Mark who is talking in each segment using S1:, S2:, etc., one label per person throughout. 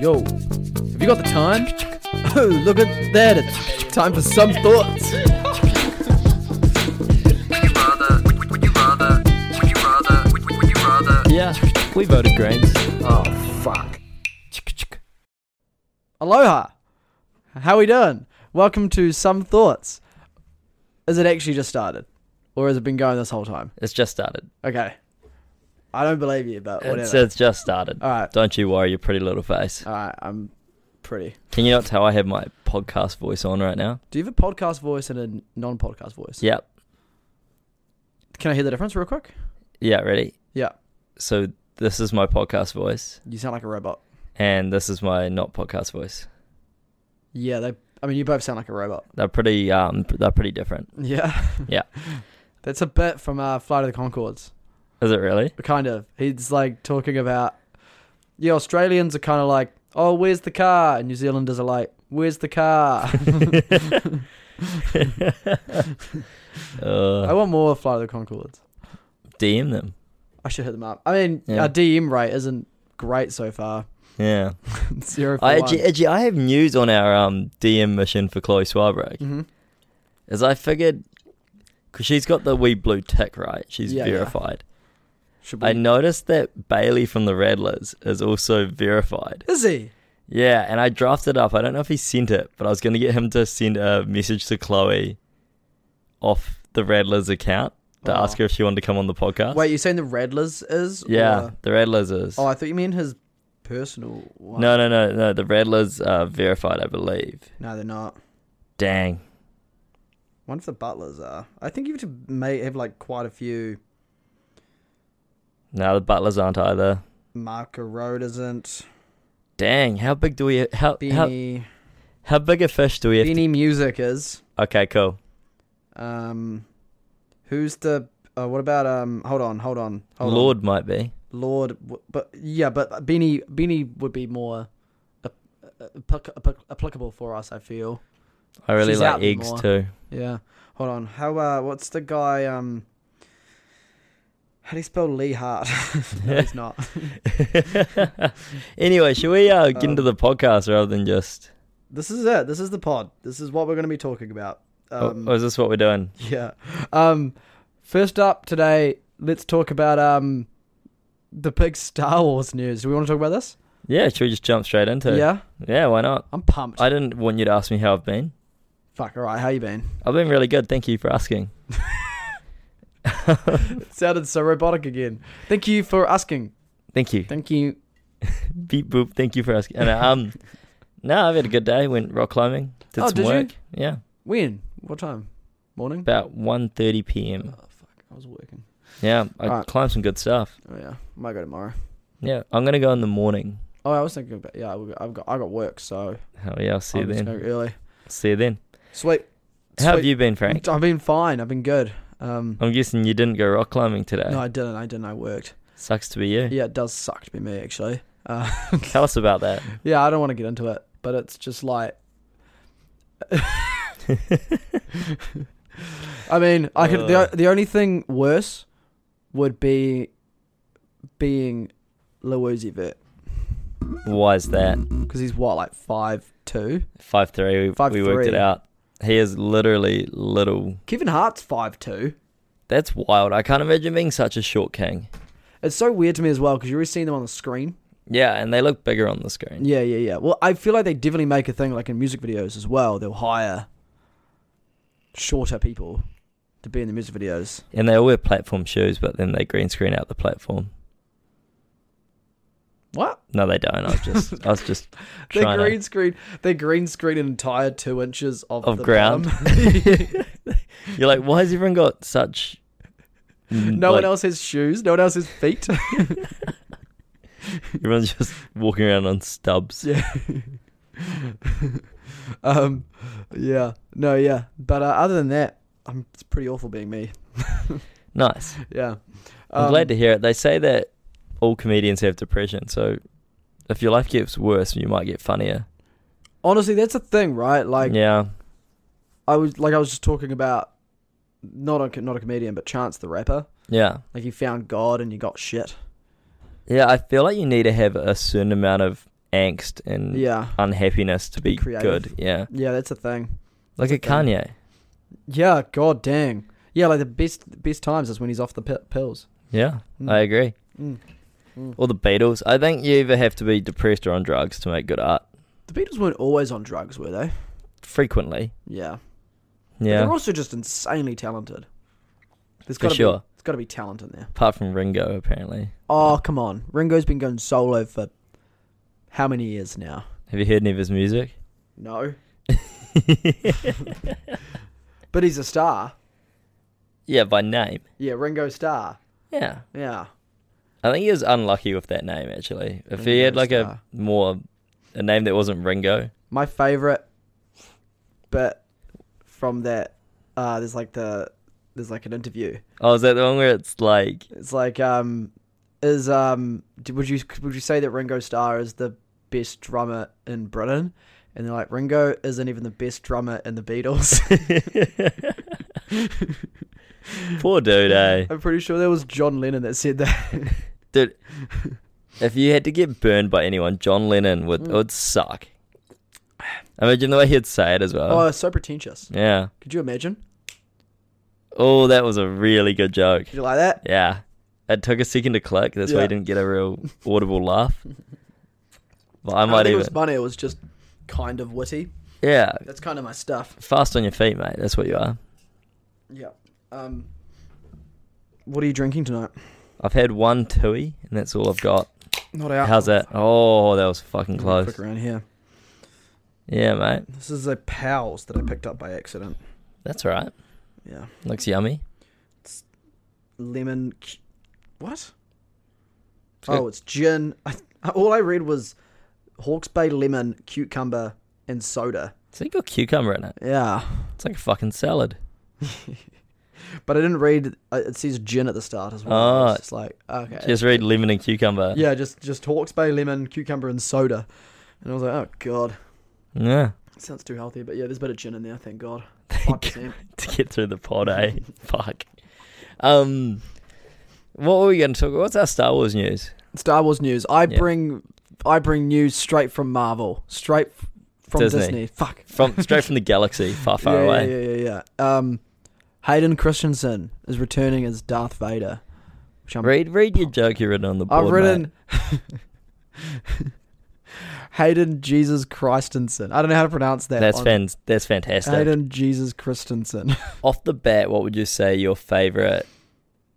S1: Yo, have you got the time? Oh, look at that. It's time for some thoughts.
S2: Yeah, we voted Grains.
S3: Oh, fuck.
S1: Aloha. How we doing? Welcome to Some Thoughts. Is it actually just started? Or has it been going this whole time?
S2: It's just started.
S1: Okay. I don't believe you, but Uh, whatever. Uh,
S2: It's, it's just started.
S1: All right.
S2: Don't you worry, your pretty little face.
S1: All right, I'm pretty.
S2: Can you not tell I have my podcast voice on right now?
S1: Do you have a podcast voice and a non podcast voice?
S2: Yep.
S1: Can I hear the difference real quick?
S2: Yeah, ready?
S1: Yeah.
S2: So this is my podcast voice,
S1: You sound like a robot.
S2: and this is my not podcast voice.
S1: Yeah, they. I mean, you both sound like a robot.
S2: They're pretty um they're pretty different.
S1: Yeah.
S2: Yeah.
S1: That's a bit from uh, Flight of the Concords.
S2: Is it really?
S1: Kind of. He's like talking about. Yeah, Australians are kind of like, oh, where's the car? And New Zealanders are like, where's the car? I
S2: Uh,
S1: want more Flight of the Concords.
S2: DM them.
S1: I should hit them up. I mean,
S2: Yeah.
S1: our DM rate isn't great so far.
S2: Yeah.
S1: Zero for
S2: I
S1: one.
S2: actually, actually, I have news on our um DM mission for Chloe Swabrick.
S1: Mhm.
S2: As I figured, because she's got the wee blue tick, right? She's
S1: Yeah, yeah.
S2: verified.
S1: Should
S2: I
S1: we?
S2: noticed that Bailey from the Rattlers is also verified.
S1: Is he?
S2: Yeah, and I drafted up. I don't know if he sent it, but I was going to get him to send a message to Chloe off the Rattlers account to
S1: Oh.
S2: ask her if she wanted to come on the podcast.
S1: Wait, you're saying the Rattlers is?
S2: yeah,
S1: or-
S2: the Rattlers is.
S1: Oh, I thought you meant his personal one.
S2: no, no, no, no. The Rattlers are verified, I believe.
S1: No, they're not.
S2: Dang.
S1: Wonder if the Butlers are. I think you have to may have like quite a few.
S2: No, the Butlers aren't either.
S1: Marco Road isn't.
S2: Dang, how big do we how how,
S1: Beanie.
S2: how big a fish do we have?
S1: Beanie Music is.
S2: To, okay, cool.
S1: Um, who's the? Uh, what about um? Hold on, hold on, hold
S2: Lord
S1: on.
S2: might be.
S1: Lord, w- but yeah, but Beanie Beanie would be more ap- applic- applic- applicable for us. I feel.
S2: I really
S1: She's out
S2: like
S1: there
S2: eggs
S1: more.
S2: too.
S1: Yeah. Hold on. How? Uh, what's the guy? Um. How do you spell Lee Hart? no, he's not.
S2: anyway, should we uh, get
S1: Um,
S2: into the podcast rather than just?
S1: This is it. This is the pod. This is what we're going to be talking about. Um,
S2: or is this what we're doing?
S1: Yeah. Um, first up today, let's talk about um, the big Star Wars news. Do we want to talk about this?
S2: Yeah, should we just jump straight into? it?
S1: yeah.
S2: yeah, why not?
S1: I'm pumped.
S2: I didn't want you to ask me how I've been.
S1: Fuck. All right. How you been?
S2: I've been really good. Thank you for asking.
S1: Sounded so robotic again. Thank you for asking.
S2: Thank you.
S1: Thank you.
S2: Beep boop. Thank you for asking. And, um, no, I've had a good day. Went rock climbing. Did
S1: Oh,
S2: some
S1: did you?
S2: work. Yeah,
S1: When? What time? Morning.
S2: about 1.30 p.m.
S1: Oh, fuck. I was working.
S2: Yeah, I
S1: Alright.
S2: climbed some good stuff.
S1: Oh yeah. Might go tomorrow.
S2: Yeah, I'm gonna go in the morning.
S1: Oh, I was thinking about yeah. I've got I've got, I got work, so
S2: Hell yeah, I'll see you
S1: I'm just
S2: then.
S1: gonna go early.
S2: See you then.
S1: Sweet.
S2: How have
S1: Oh, Sweet.
S2: you been, Frank?
S1: I've been fine. I've been good. Um.
S2: I'm guessing you didn't go rock climbing today.
S1: No, I didn't. I didn't. I worked.
S2: Sucks to be you.
S1: Yeah, it does suck to be me, actually. Uh,
S2: Tell us about that.
S1: yeah, I don't want to get into it, but it's just like. I mean, I could. The,
S2: Ugh.
S1: the only thing worse would be being Lil Uzi Vert
S2: Why is that?
S1: because he's what, like five two.
S2: Five three. We,
S1: Five
S2: we worked it
S1: three.
S2: out. He is literally little.
S1: Kevin Hart's five two.
S2: That's wild. I can't imagine being such a short king.
S1: It's so weird to me as well because you're always seeing them on the screen.
S2: Yeah, and they look bigger on the screen.
S1: Yeah, yeah, yeah. Well, I feel like they definitely make a thing like in music videos as well. They'll hire shorter people to be in the music videos.
S2: And they all wear platform shoes, but then they green screen out the platform.
S1: What?
S2: No, they don't. I was just, I was just
S1: They
S2: trying
S1: green screen. They green screen an entire two inches of,
S2: Of
S1: the
S2: ground.
S1: bottom.
S2: to. You're like, why has everyone got such?
S1: no one else has shoes. No one else has feet.
S2: Everyone's just walking around on stubs.
S1: Yeah. um, yeah. No, yeah. But uh, other than that, I'm it's pretty awful being me.
S2: Nice.
S1: Yeah.
S2: I'm
S1: Um,
S2: glad to hear it. They say that all comedians have depression, so if your life gets worse, you might get funnier.
S1: Honestly, that's a thing, right? Like,
S2: yeah,
S1: I was like I was just talking about not a not a comedian, but Chance the rapper.
S2: yeah,
S1: Like he found God and he got shit.
S2: Yeah, I feel like you need to have a certain amount of angst and
S1: Yeah.
S2: unhappiness to be
S1: creative.
S2: good. Yeah,
S1: Yeah, that's a thing.
S2: like a
S1: That's a thing.
S2: Kanye.
S1: Yeah, god dang. Yeah, like the best best times is when he's off the pi pills.
S2: Yeah,
S1: Mm.
S2: I agree.
S1: Mm. Mm.
S2: Or the Beatles. I think you either have to be depressed or on drugs to make good art.
S1: The Beatles weren't always on drugs, were they?
S2: Frequently.
S1: Yeah. But
S2: Yeah,
S1: They're also just insanely talented. There's
S2: for
S1: gotta be
S2: sure.
S1: there's gotta be talent in there.
S2: Apart from Ringo, apparently.
S1: Oh come on. Ringo's been going solo for how many years now?
S2: Have you heard any of his music?
S1: No. But he's a star.
S2: yeah, by name.
S1: Yeah, Ringo Star.
S2: Yeah.
S1: Yeah.
S2: I think he was unlucky with that name actually. If
S1: Ringo
S2: he had like
S1: Starr.
S2: a more a name that wasn't Ringo.
S1: My favorite bit from that uh there's like the there's like an interview.
S2: Oh, is that the one where it's like
S1: It's like um is um d- would you would you say that Ringo Starr is the best drummer in Britain? And they're like Ringo isn't even the best drummer in the Beatles.
S2: poor dude, eh?
S1: I'm pretty sure that was John Lennon that said that.
S2: Dude if you had to get burned by anyone, John Lennon would
S1: Mm.
S2: would suck. Imagine the way he'd say it as well.
S1: Oh, so pretentious.
S2: Yeah.
S1: Could you imagine?
S2: Oh, that was a really good joke.
S1: Did you like that?
S2: Yeah. It took a second to click. That's why
S1: Yeah.
S2: you didn't get a real audible laugh. But I
S1: don't
S2: might
S1: think
S2: even.
S1: it was funny. It was just kind of witty.
S2: Yeah.
S1: That's kind of my stuff.
S2: Fast on your feet, mate. That's what you are.
S1: Yeah. Um. What are you drinking tonight?
S2: I've had one Tui, and that's all I've got.
S1: Not out.
S2: How's that? Oh, that was fucking close.
S1: Quick around here.
S2: Yeah, mate.
S1: This is a Powell's that I picked up by accident.
S2: That's all right.
S1: Yeah.
S2: Looks yummy.
S1: lemon. c- What?
S2: good.
S1: Oh, it's gin. I, all I read was Hawke's Bay lemon, cucumber, and soda.
S2: So you got cucumber in it.
S1: Yeah,
S2: It's like a fucking salad.
S1: but I didn't read. uh, It says gin at the start as well.
S2: Ah.
S1: it's just like okay.
S2: Just read lemon and cucumber.
S1: yeah, just just Hawke's Bay lemon, cucumber, and soda. And I was like, oh god,
S2: Yeah.
S1: sounds too healthy. But yeah, there's a bit of gin in there. Thank God. Five percent.
S2: To get through the pod, eh? Fuck. Um, what were we going to talk about? What's our Star Wars news?
S1: Star Wars news. I
S2: Yeah.
S1: bring I bring news straight from Marvel, straight f- from
S2: Disney.
S1: Disney. Fuck.
S2: From Straight from the galaxy, far, far
S1: yeah,
S2: away.
S1: Yeah, yeah, yeah. yeah. Um, Hayden Christensen is returning as Darth Vader. Which I'm,
S2: Read read your joke you written on the board.
S1: Um, I've
S2: mate.
S1: written Hayden Jesus Christensen. I don't know how to pronounce that.
S2: That's
S1: on-
S2: fan- that's fantastic.
S1: Hayden Jesus Christensen.
S2: Off the bat, what would you say your favorite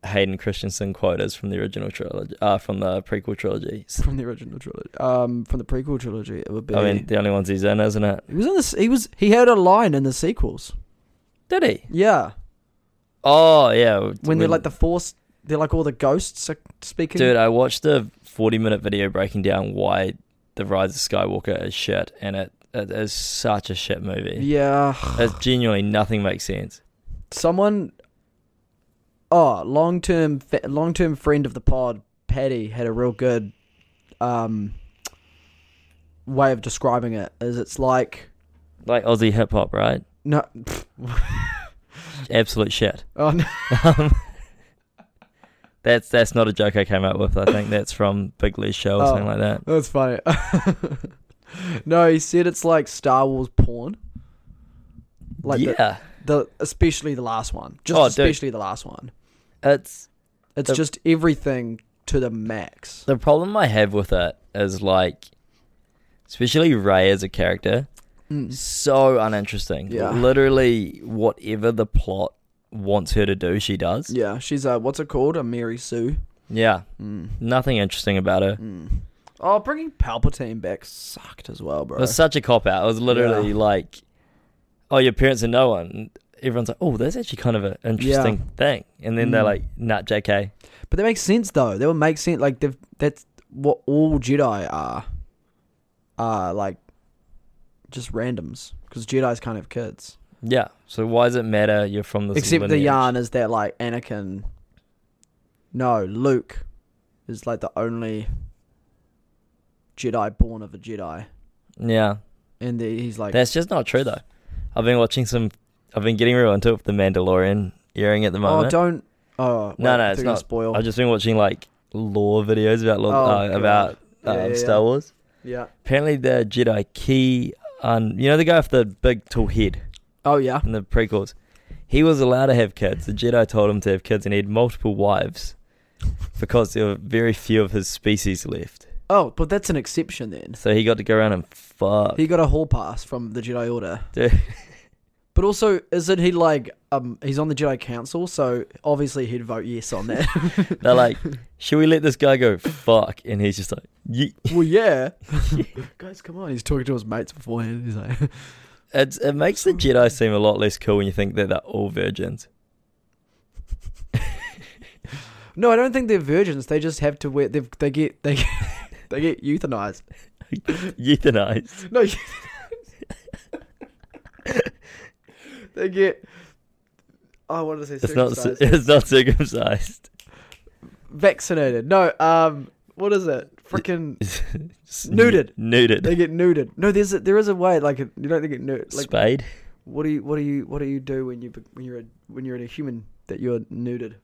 S2: Hayden Christensen quote is from the original trilogy? Uh, from the prequel trilogy. S-
S1: from the original trilogy. Um, from the prequel trilogy, it would be.
S2: I mean, the only ones he's in, isn't it?
S1: he was in this. He was. He had a line in the sequels.
S2: Did he?
S1: Yeah,
S2: Oh yeah.
S1: when they're like the Force, they're like all the ghosts are speaking.
S2: dude, I watched a forty-minute video breaking down why the Rise of Skywalker is shit, and it, it is such a shit movie.
S1: yeah.
S2: It's genuinely nothing makes sense.
S1: someone oh long-term fa- long-term friend of the pod patty had a real good um way of describing it is it's like
S2: Like Aussie hip hop, right?
S1: no
S2: Absolute shit.
S1: oh, no
S2: Um, that's that's not a joke I came up with. I think that's from Big Lee's show or
S1: Oh.
S2: something like that.
S1: that's funny no he said it's like star wars porn like the-
S2: yeah,
S1: the, especially the last one just
S2: Oh, dude.
S1: especially the last one
S2: it's
S1: it's
S2: The-
S1: just everything to the max
S2: the problem I have with it is like, especially Ray as a character,
S1: Mm.
S2: so uninteresting.
S1: Yeah.
S2: literally whatever the plot wants her to do, she does. Yeah,
S1: yeah she's a what's it called a mary sue mm.
S2: nothing interesting about her.
S1: Mm. Oh, bringing Palpatine back sucked as well,
S2: It
S1: bro.
S2: was such a cop out. It was literally
S1: Yeah.
S2: like, oh, your parents are no one. And Everyone's like, oh, that's actually kind of an interesting thing. And then they're
S1: Mm.
S2: like, nah, JK.
S1: But that makes sense though. That would make sense. Like they've, that's what all Jedi are. Are like just randoms because Jedi's can't have kids.
S2: Yeah. So why does it matter? You're from this.
S1: Except the
S2: lineage?
S1: yarn is that like Anakin. No, Luke is like the only Jedi born of a Jedi,
S2: Yeah.
S1: and the, he's like
S2: That's just not true though. I've been watching some. I've been getting real into it with the Mandalorian airing at the
S1: oh
S2: moment.
S1: don't oh
S2: No,
S1: wait,
S2: no,
S1: I thought you were
S2: it's
S1: gonna
S2: not.
S1: spoil.
S2: I've just been watching like lore videos about Lord,
S1: Oh,
S2: uh,
S1: God.
S2: about
S1: Yeah,
S2: um,
S1: yeah, yeah.
S2: Star Wars.
S1: Yeah.
S2: Apparently, the Jedi Key, un, you know, the guy with the big tall head
S1: Oh yeah.
S2: in the prequels, he was allowed to have kids. The Jedi told him to have kids, and he had multiple wives because there were very few of his species left.
S1: Oh, but that's an exception then.
S2: So he got to go around and fuck.
S1: He got a hall pass from the Jedi Order.
S2: Dude.
S1: But also, isn't he like um? He's on the Jedi Council, so obviously he'd vote yes on that.
S2: They're like, should we let this guy go fuck? And he's just like, "Ye-"
S1: well, yeah. Guys, come on. He's talking to his mates beforehand. He's like,
S2: it's, it makes the Jedi seem a lot less cool when you think that they're all virgins.
S1: no, I don't think they're virgins. They just have to wear. They they get they. get- They get euthanized.
S2: Euthanized.
S1: No, you- they get. oh, I wanted to say
S2: It's not.
S1: circumcised.
S2: It's not circumcised.
S1: vaccinated. No, um, what is it? Freaking,
S2: It's
S1: Neutered.
S2: nu- Neutered.
S1: they get nuded. No, there's a, there is a way. Like you don't think it nuded. Like
S2: Spade.
S1: what do you what do you what do you do when you be- when you're a, when you're in a human that you're nuded?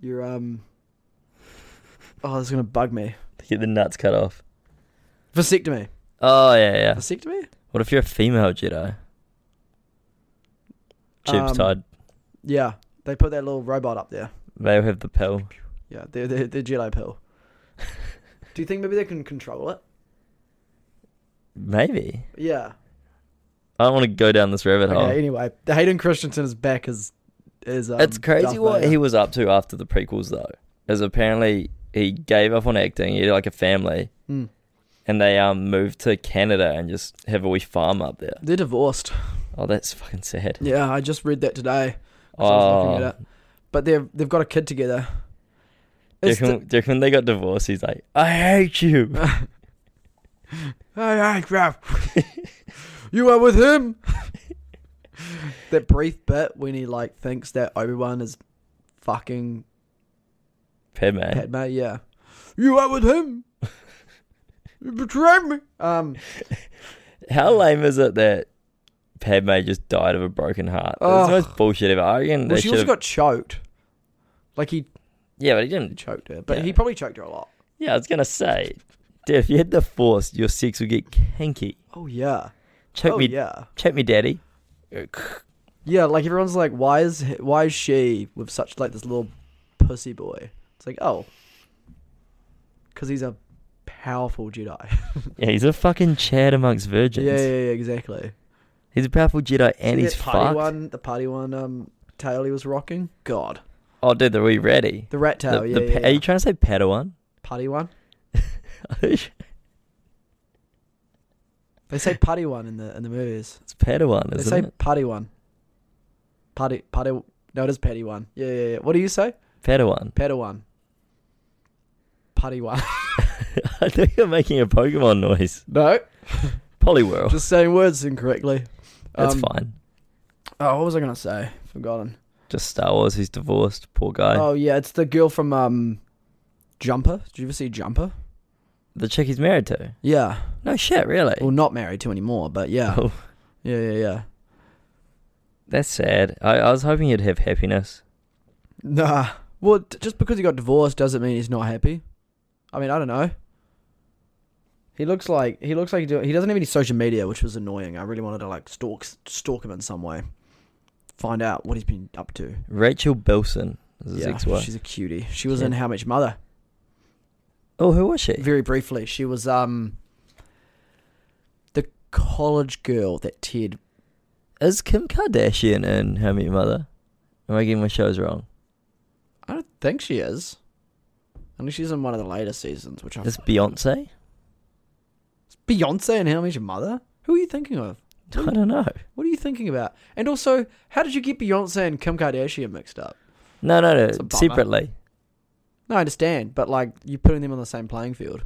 S1: You're um. Oh, this is gonna bug me.
S2: They get the nuts cut off.
S1: Vasectomy.
S2: Oh yeah, yeah.
S1: Vasectomy.
S2: What if you're a female Jedi? Tubes
S1: Um,
S2: tied.
S1: Yeah, they put that little robot up there.
S2: They'll have the pill.
S1: Yeah, they're they're, they're Jedi pill. do you think maybe they can control it?
S2: Maybe.
S1: Yeah.
S2: I don't want to go down this rabbit hole.
S1: Okay. Anyway, Hayden Christensen is back as as um,
S2: it's crazy
S1: Darth
S2: what
S1: Vader.
S2: he was up to after the prequels, though. Is apparently he gave up on acting. He had like a family,
S1: Mm.
S2: and they um moved to Canada and just have a wee farm up there.
S1: They're divorced.
S2: Oh, that's fucking sad.
S1: Yeah, I just read that today. 'cause I was looking
S2: Oh,
S1: at it. But they've they've got a kid together.
S2: do you
S1: It's
S2: reckon, do you reckon they got divorced? He's like, I hate you.
S1: the- Hey, hey, Raph. you are with him. that brief bit when he like thinks that Obi Wan is fucking
S2: Padme.
S1: Padme. Yeah, you are with him. you betrayed me. Um.
S2: How lame is it that Padme just died of a broken heart? That's the
S1: Ugh.
S2: most bullshit ever. I reckon
S1: Well,
S2: they
S1: she
S2: should
S1: also
S2: have.
S1: got choked. Like he
S2: Yeah, but he didn't.
S1: choked her, but
S2: Yeah.
S1: he probably choked her a lot.
S2: Yeah, I was gonna say, dude, if you had the force, your sex would get kinky.
S1: Oh yeah.
S2: Choke
S1: oh
S2: me,
S1: yeah.
S2: choke me, daddy.
S1: Yeah, like everyone's like, why is he- why is she with such like this little pussy boy? It's like, oh, because he's a powerful Jedi.
S2: Yeah, he's a fucking Chad amongst
S1: yeah,
S2: virgins.
S1: yeah, yeah, exactly.
S2: He's a powerful Jedi and
S1: See
S2: he's
S1: that party
S2: fucked.
S1: one, the party one, um, tail he was rocking. God,
S2: Oh, dude, are we ready?
S1: the rat tail.
S2: The-
S1: yeah,
S2: the
S1: yeah,
S2: pa-
S1: yeah.
S2: Are you trying to say Padawan?
S1: party one. They say party one in the in the movies.
S2: it's Padawan,
S1: They
S2: isn't
S1: say
S2: it?
S1: party one. Party party. No, it is patty one. Yeah, yeah, yeah. What do you say?
S2: Padawan.
S1: Padawan. Party one.
S2: I think you're making a Pokemon noise.
S1: no,
S2: Poliwhirl.
S1: just saying words incorrectly.
S2: Oh. That's
S1: Um,
S2: fine.
S1: Oh, what was I gonna say? Forgotten.
S2: Just Star Wars. He's divorced. Poor guy.
S1: oh yeah, it's the girl from um, Jumper. Did you ever see Jumper?
S2: The chick he's married to.
S1: Yeah.
S2: No shit, really.
S1: Well, not married to anymore, but yeah,
S2: Oh,
S1: yeah, yeah, yeah.
S2: that's sad. I, I was hoping he'd have happiness.
S1: Nah. Well, t- just because he got divorced doesn't mean he's not happy. I mean, I don't know. He looks like he looks like he, do- he doesn't have any social media, which was annoying. I really wanted to like stalk stalk him in some way, find out what he's been up to.
S2: Rachel Bilson is his
S1: yeah,
S2: ex-wife.
S1: she's a cutie. She was
S2: Yeah.
S1: in How Much Mother.
S2: Oh, who was she?
S1: Very briefly, she was um the college girl that Ted.
S2: Is Kim Kardashian in How I Met Your Mother? Am I getting my shows wrong?
S1: I don't think she is. Unless she's in one of the later seasons, which I'm
S2: Is Beyonce?
S1: Beyonce and How I Met Your Mother. Who are you thinking of?
S2: I don't know.
S1: What are you thinking about? And also, how did you get Beyonce and Kim Kardashian mixed up?
S2: No, no,
S1: It's a
S2: no.
S1: bummer.
S2: Separately.
S1: No, I understand, but like you're putting them on the same playing field.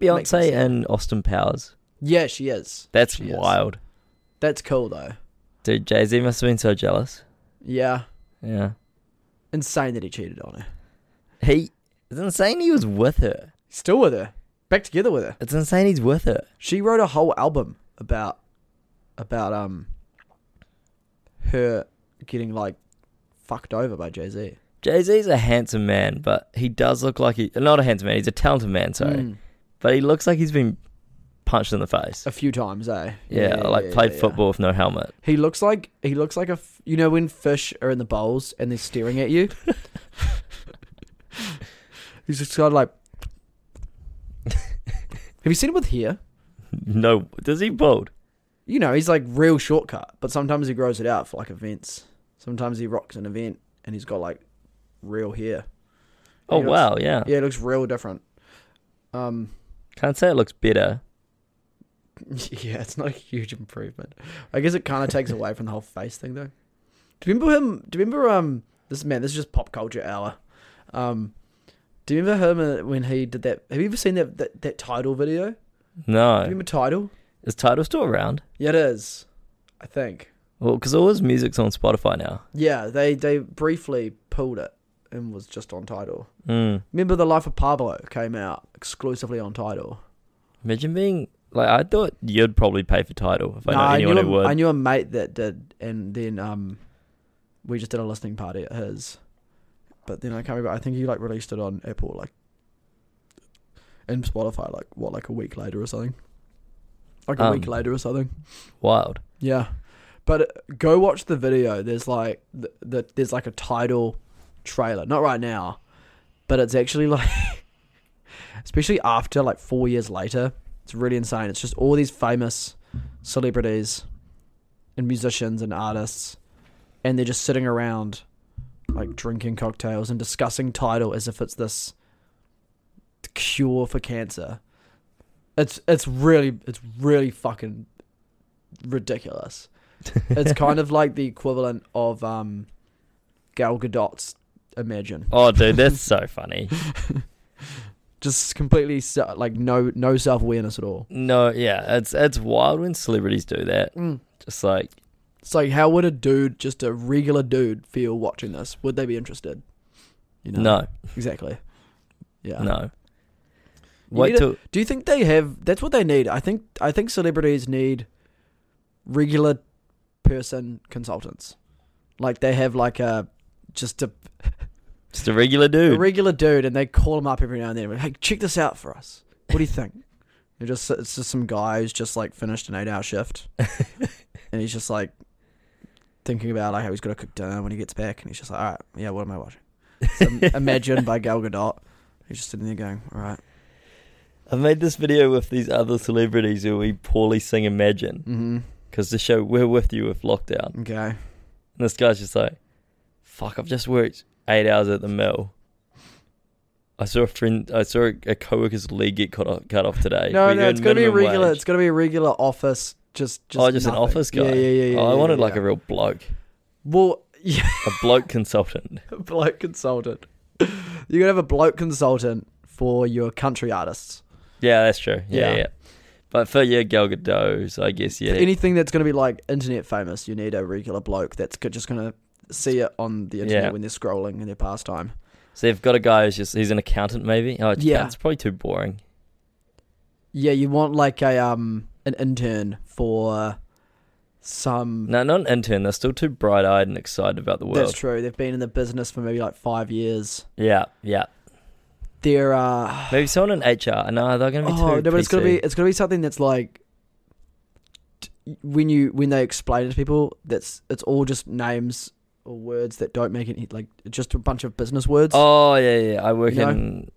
S1: Makes- makes
S2: Beyonce
S1: sense.
S2: in Austin Powers?
S1: Yeah, she is.
S2: That's
S1: She is.
S2: wild.
S1: That's cool though.
S2: Dude, Jay Z must have been so jealous.
S1: Yeah,
S2: Yeah.
S1: insane that he cheated on her.
S2: He it's insane he was with her.
S1: Still with her, back together with her.
S2: It's insane he's with her.
S1: She wrote a whole album about about um her getting like fucked over by Jay Z.
S2: Jay Z's a handsome man, but he does look like he not a handsome man. He's a talented man, sorry,
S1: Mm.
S2: but he looks like he's been punched in the face.
S1: a few times, eh?
S2: Yeah, like played
S1: yeah.
S2: football with no helmet.
S1: He looks like he looks like a f- you know when fish are in the bowls and they're staring at you. He's just kind of like. Have you seen him with hair?
S2: No, does he bald?
S1: You know, he's like real shortcut, but sometimes he grows it out for like events. Sometimes he rocks an event and he's got like real hair.
S2: Oh
S1: He looks-
S2: wow, yeah.
S1: Yeah, it looks real different. Um,
S2: Can't say it looks better.
S1: yeah, it's not a huge improvement. I guess it kind of takes away from the whole face thing, though. Do you remember him? Do you remember um? This man, this is just pop culture hour. Um, do you remember him uh, when he did that? Have you ever seen that that, that title video? Do you
S2: No,
S1: remember title?
S2: is title still around?
S1: Yeah, it is. I think.
S2: Well, because all his music's on Spotify now.
S1: Yeah, they they briefly pulled it and was just on title.
S2: Mm.
S1: Remember the Life of Pablo came out exclusively on title.
S2: Imagine being like I thought you'd probably pay for title if I know
S1: Nah,
S2: anyone
S1: knew
S2: who
S1: a-
S2: would.
S1: I knew a mate that did, and then um, we just did a listening party at his. But then I can't remember. I think he like released it on Apple, like, and Spotify, like what, like a week later or something. Like a week
S2: Um,
S1: later or something.
S2: Wild.
S1: Yeah, but uh, go watch the video. There's like the, the there's like a title trailer. Not right now, but it's actually like, especially after like four years later, it's really insane. It's just all these famous celebrities and musicians and artists, and they're just sitting around like drinking cocktails and discussing title as if it's this cure for cancer. It's it's really it's really fucking ridiculous. It's kind of like the equivalent of um, Gal Gadot's Imagine,
S2: Oh, dude, that's so funny.
S1: just completely se- like no no self awareness at all.
S2: No, yeah, it's it's wild when celebrities do that. Just like
S1: It's like how would a dude, just a regular dude, feel watching this? Would they be interested? You
S2: no,
S1: exactly. Yeah.
S2: no.
S1: You
S2: Wait
S1: need
S2: till
S1: Do you think they have? That's what they need. I think. I think celebrities need regular person consultants. Like they have like a just a,
S2: just a regular
S1: a
S2: dude.
S1: regular dude, and they call him up every now and then. Hey, check this out for us. What do you think? They're just it's just some guy who's just like finished an eight hour shift, and he's just like thinking about like how he's got to cook dinner when he gets back, and he's just like, all right, yeah, what am I watching? Some Imagine by Gal Gadot. He's just sitting there going, all right,
S2: I made this video with these other celebrities who we poorly sing Imagine
S1: mm-hmm,
S2: because the show we're with you with lockdown. And
S1: okay.
S2: this guy's just like, "Fuck, I've just worked eight hours at the mill." I saw a friend, I saw a, a coworker's leg get cut off, cut off today.
S1: No,
S2: We
S1: no,
S2: earn
S1: it's gonna be a
S2: minimum
S1: regular.
S2: wage.
S1: It's gonna be a regular office. Just, just
S2: oh, just an
S1: nothing.
S2: office guy.
S1: Yeah, yeah, yeah.
S2: oh, I
S1: yeah,
S2: wanted
S1: yeah,
S2: like
S1: yeah.
S2: a real bloke,
S1: well, yeah,
S2: a bloke consultant.
S1: a bloke consultant. You're gonna have a bloke consultant for your country artists.
S2: Yeah, that's true. Yeah,
S1: Yeah.
S2: yeah. But for yeah, Gal Gadot's, I guess yeah.
S1: For anything that's gonna be like internet famous, you need a regular bloke that's go- just gonna see it on the internet
S2: Yeah.
S1: when they're scrolling in their pastime.
S2: so they've got a guy who's just he's an accountant maybe. Oh,
S1: Yeah.
S2: yeah, it's probably too boring.
S1: Yeah, you want like a um an intern for some.
S2: No, not an intern. They're still too bright eyed and excited about the world.
S1: That's true. They've been in the business for maybe like five years.
S2: Yeah, yeah.
S1: They're uh,
S2: Maybe someone in HR. No, they're going to be too.
S1: Oh no, but it's gonna
S2: PC.
S1: be it's gonna be something that's like t- when you when they explain it to people, that's it's all just names or words that don't make any like just a bunch of business words.
S2: Oh yeah, yeah. I work
S1: You know?
S2: in.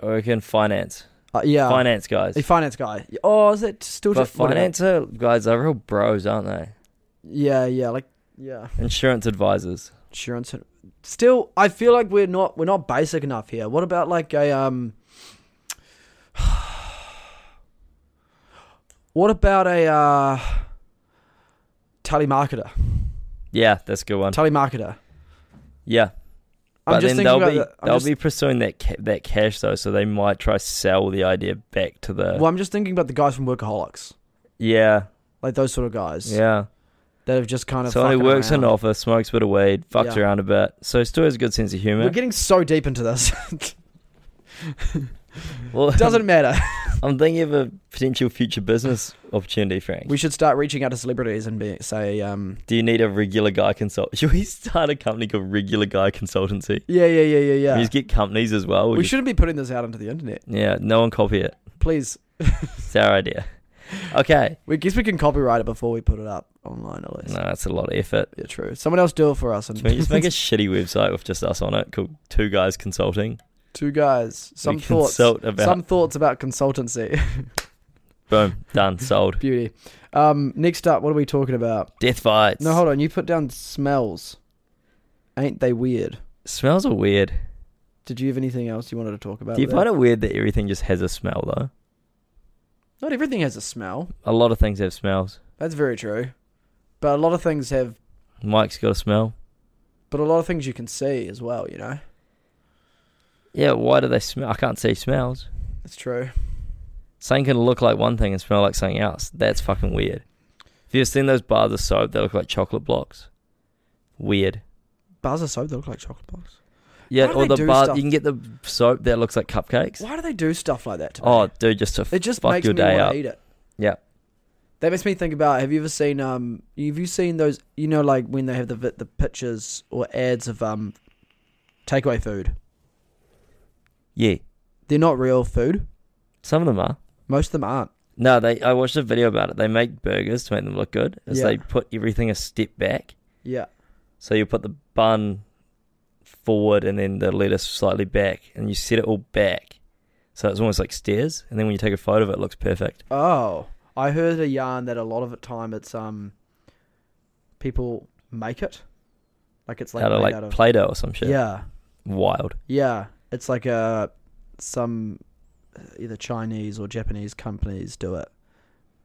S2: I work in finance.
S1: Uh, yeah,
S2: finance guys.
S1: a finance guy. Oh, is that still
S2: But
S1: just whatever.
S2: financer guys are real bros, aren't they?
S1: Yeah, yeah, like yeah,
S2: Insurance advisors.
S1: insurance. Still, I feel like we're not we're not basic enough here. What about like a um. What about a uh, telemarketer?
S2: Yeah, that's a good one.
S1: Telemarketer.
S2: Yeah,
S1: I'm
S2: but
S1: just thinking
S2: then they'll
S1: about
S2: be
S1: the, I'm
S2: they'll
S1: just,
S2: be pursuing that ca- that cash though, so they might try sell the idea back to the
S1: well, I'm just thinking about the guys from Workaholics,
S2: yeah
S1: like those sort of guys
S2: yeah.
S1: that have just kind of.
S2: So he
S1: fucking
S2: works in
S1: around.
S2: an office, smokes a bit of weed, fucks
S1: Yeah.
S2: around a bit. So he still has a good sense of humor.
S1: We're getting so deep into this.
S2: well,
S1: Doesn't matter.
S2: I'm thinking of a potential future business opportunity, Frank.
S1: We should start reaching out to celebrities and be, say, um,
S2: Do you need a regular guy consult? Should we start a company called Regular Guy Consultancy?
S1: yeah, yeah, yeah, yeah,
S2: We
S1: yeah.
S2: just get companies as well.
S1: We
S2: just-
S1: shouldn't be putting this out onto the internet,
S2: Yeah, no one copy it.
S1: please.
S2: It's our idea. Okay.
S1: We guess we can copyright it before we put it up online, at least.
S2: No, that's a lot of effort.
S1: Yeah, true. Someone else do it for us. And
S2: Can we just make a shitty website with just us on it called Two Guys Consulting?
S1: two guys, some
S2: we
S1: thoughts,
S2: consult about
S1: some thoughts about consultancy.
S2: boom, done, sold.
S1: Beauty. Um, next up, what are we talking about?
S2: Death fights.
S1: No, hold on. You put down smells. Ain't they weird?
S2: Smells are weird.
S1: Did you have anything else you wanted to talk about?
S2: Do you
S1: there?
S2: find it weird that everything just has a smell though?
S1: Not everything has a smell.
S2: A lot of things have smells.
S1: That's very true. But a lot of things have.
S2: Mike's got a smell.
S1: But a lot of things you can see as well. You know,
S2: Yeah, why do they smell? I can't see smells.
S1: that's true.
S2: Something can look like one thing and smell like something else. That's fucking weird. If you've seen those bars of soap that look like chocolate blocks, weird.
S1: Bars of soap that look like chocolate bars.
S2: Yeah,
S1: Why do
S2: or
S1: they
S2: the
S1: do
S2: bar
S1: stuff-
S2: you can get the soap that looks like cupcakes.
S1: Why do they do stuff like that? To me?
S2: Oh, dude, just to
S1: it just
S2: fuck
S1: makes
S2: your
S1: me
S2: day
S1: want
S2: up.
S1: to eat it.
S2: Yeah.
S1: That makes me think about. Have you ever seen um? Have you seen those? You know, like when they have the vi- the pictures or ads of um, takeaway food.
S2: yeah,
S1: They're not real food.
S2: some of them are.
S1: Most of them aren't.
S2: No, they. I watched a video about it. They make burgers to make them look good. Is
S1: Yeah.
S2: they put everything a step back,
S1: Yeah.
S2: so you put the bun forward and then the lettuce slightly back, and you set it all back, so it's almost like stairs. And then when you take a photo of it, it looks perfect.
S1: Oh, I heard a yarn that a lot of the time it's um, people make it, like it's like
S2: out of
S1: made
S2: like
S1: out of
S2: Play-Doh or some shit.
S1: yeah,
S2: wild.
S1: yeah. It's like a some uh, either Chinese or Japanese companies do it,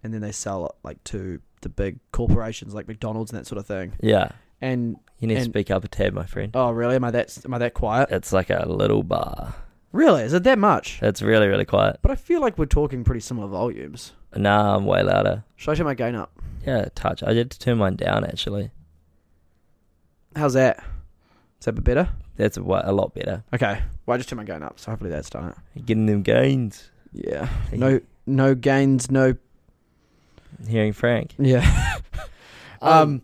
S1: and then they sell it like to the big corporations like McDonald's and that sort of thing.
S2: Yeah,
S1: And
S2: you need to
S1: And-
S2: speak up a tad, my friend.
S1: oh, really? Am I that am I that quiet?
S2: It's like a little bar.
S1: Really? Is it that much?
S2: It's really, really quiet.
S1: But I feel like we're talking pretty similar volumes.
S2: Nah, I'm way louder.
S1: Should I turn my gain up?
S2: Yeah, touch. I had to turn mine down actually.
S1: How's that? Is that a bit better?
S2: That's a, wa- a lot better.
S1: Okay. Well, I just turned my gain up, so hopefully that's done it.
S2: Getting them gains.
S1: Yeah. No, no gains, no.
S2: Hearing Frank.
S1: Yeah. Um.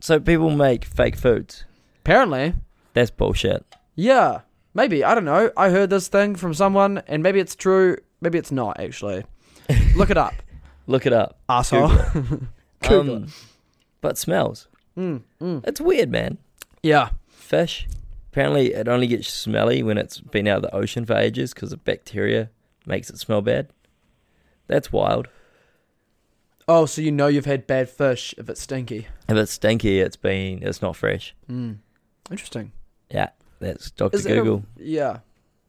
S2: So people make fake foods.
S1: apparently,
S2: That's bullshit.
S1: yeah. Maybe I don't know. I heard this thing from someone, and maybe it's true. Maybe it's not actually. Look it up,
S2: Look it up.
S1: asshole. Google
S2: Um, but smells.
S1: mm, mm.
S2: It's weird, man.
S1: Yeah.
S2: Fish. Apparently, it only gets smelly when it's been out of the ocean for ages because the bacteria makes it smell bad. That's wild.
S1: Oh, so you know you've had bad fish if it's stinky.
S2: If it's stinky, it's been it's not fresh.
S1: Mm. Interesting.
S2: Yeah, that's Doctor
S1: Is it a-
S2: Google.
S1: Yeah.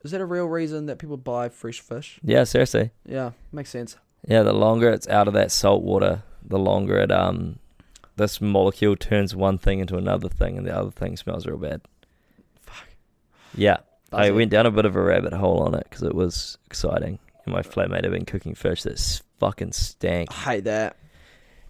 S1: Is that a real reason that people buy fresh fish?
S2: Yeah, seriously.
S1: Yeah, makes sense.
S2: Yeah, the longer it's out of that salt water, the longer it um this molecule turns one thing into another thing, and the other thing smells real bad.
S1: Fuck.
S2: Yeah, I
S1: Fuzzy.
S2: went down a bit of a rabbit hole on it because it was exciting. And my flatmate had been cooking fish that s- fucking stank.
S1: I hate that.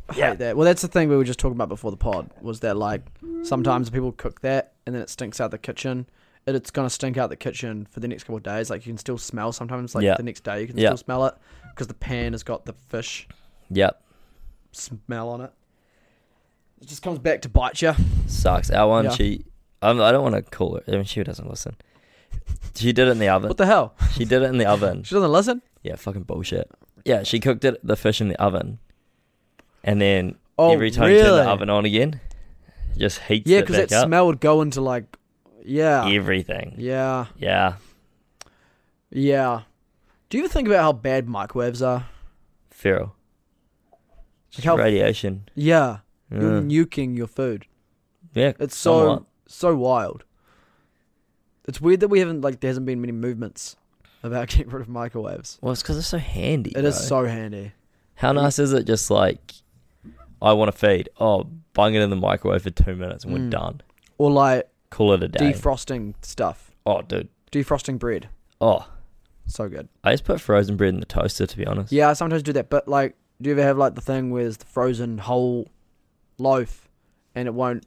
S1: I
S2: Yeah.
S1: hate that. Well, that's the thing we were just talking about before the pod was that like sometimes people cook that and then it stinks out the kitchen. And it's gonna stink out the kitchen for the next couple of days. Like you can still smell sometimes. Like
S2: Yeah.
S1: the next day you can
S2: Yeah.
S1: still smell it because the pan has got the fish
S2: Yep,
S1: smell on it. It just comes back to bite you.
S2: sucks. Our one,
S1: Yeah.
S2: she, I'm, I don't want to call her. I mean, she doesn't listen. She did it in the oven.
S1: What the hell?
S2: She did it in the oven.
S1: She doesn't listen.
S2: Yeah, fucking bullshit. Yeah, she cooked it the fish in the oven, and then
S1: Oh,
S2: every time
S1: really?
S2: you turn the oven on again, it just heats
S1: yeah,
S2: it
S1: because
S2: back
S1: that
S2: up.
S1: smell would go into like, yeah, yeah,
S2: Everything.
S1: yeah,
S2: Yeah,
S1: Do you ever think about how bad microwaves are?
S2: feral.
S1: Like how,
S2: Radiation.
S1: yeah, you're
S2: Yeah.
S1: nuking your food.
S2: Yeah,
S1: It's so
S2: somewhat.
S1: so wild. It's weird that we haven't like there hasn't been many movements about getting rid of microwaves.
S2: Well, it's because it's so handy.
S1: It is so
S2: bro.
S1: handy.
S2: How nice is it? Just like, I want to feed. Oh, bung it in the microwave for two minutes and we're
S1: Mm.
S2: done.
S1: Or like
S2: Call it a day.
S1: defrosting stuff,
S2: oh, dude.
S1: defrosting bread,
S2: Oh,
S1: so good.
S2: I just put frozen bread in the toaster. To be honest.
S1: Yeah, I sometimes do that. But like, do you ever have like the thing where it's the frozen whole loaf, and it won't,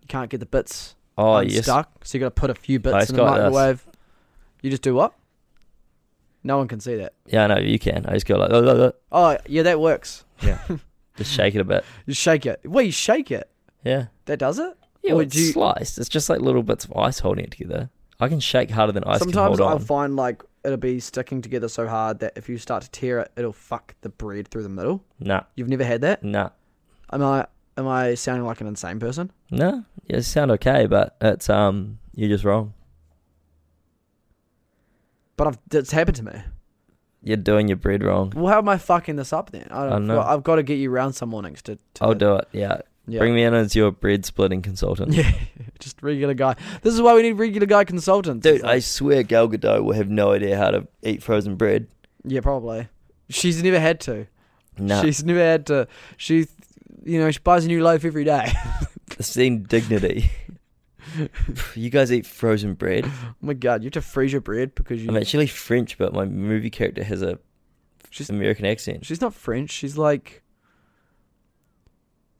S1: you can't get the bits
S2: Oh, yes.
S1: unstuck, so you got to put a few
S2: I
S1: bits
S2: just
S1: in the
S2: got this.
S1: microwave. You just do what? No one can see that.
S2: Yeah, I know you can. I just go like, "Oh, look, look."
S1: Oh, yeah, that works.
S2: just shake it a bit.
S1: You shake it. Well, you shake it.
S2: Yeah.
S1: That does it.
S2: Yeah,
S1: Or
S2: well, it's
S1: do you-
S2: sliced. It's just like little bits of ice holding it together. I can shake harder than ice
S1: Sometimes
S2: can
S1: I'll
S2: hold on.
S1: find like it'll be sticking together so hard that if you start to tear it, it'll fuck the bread through the middle.
S2: Nah,
S1: You've never had that?
S2: nah,
S1: Am I am I sounding like an insane person?
S2: nah. Yeah, you sound okay, but it's um, you're just wrong.
S1: But I've, it's happened to me.
S2: You're doing your bread wrong.
S1: Well, how am I fucking this up then? I don't
S2: I
S1: know.
S2: know.
S1: I've got to get you round some mornings to. to
S2: I'll do it. Yeah.
S1: Yeah.
S2: Bring me in as your bread splitting consultant.
S1: Yeah, just regular guy. This is why we need regular guy consultants.
S2: Dude,
S1: It's like-
S2: I swear Gal Gadot will have no idea how to eat frozen bread.
S1: yeah, probably. She's never had to.
S2: Nah,
S1: She's never had to. She, you know, she buys a new loaf every day.
S2: it's indignity. you guys eat frozen bread?
S1: oh my god, you have to freeze your bread because you.
S2: I'm actually French, but my movie character has a
S1: she's
S2: American accent.
S1: she's not French. She's like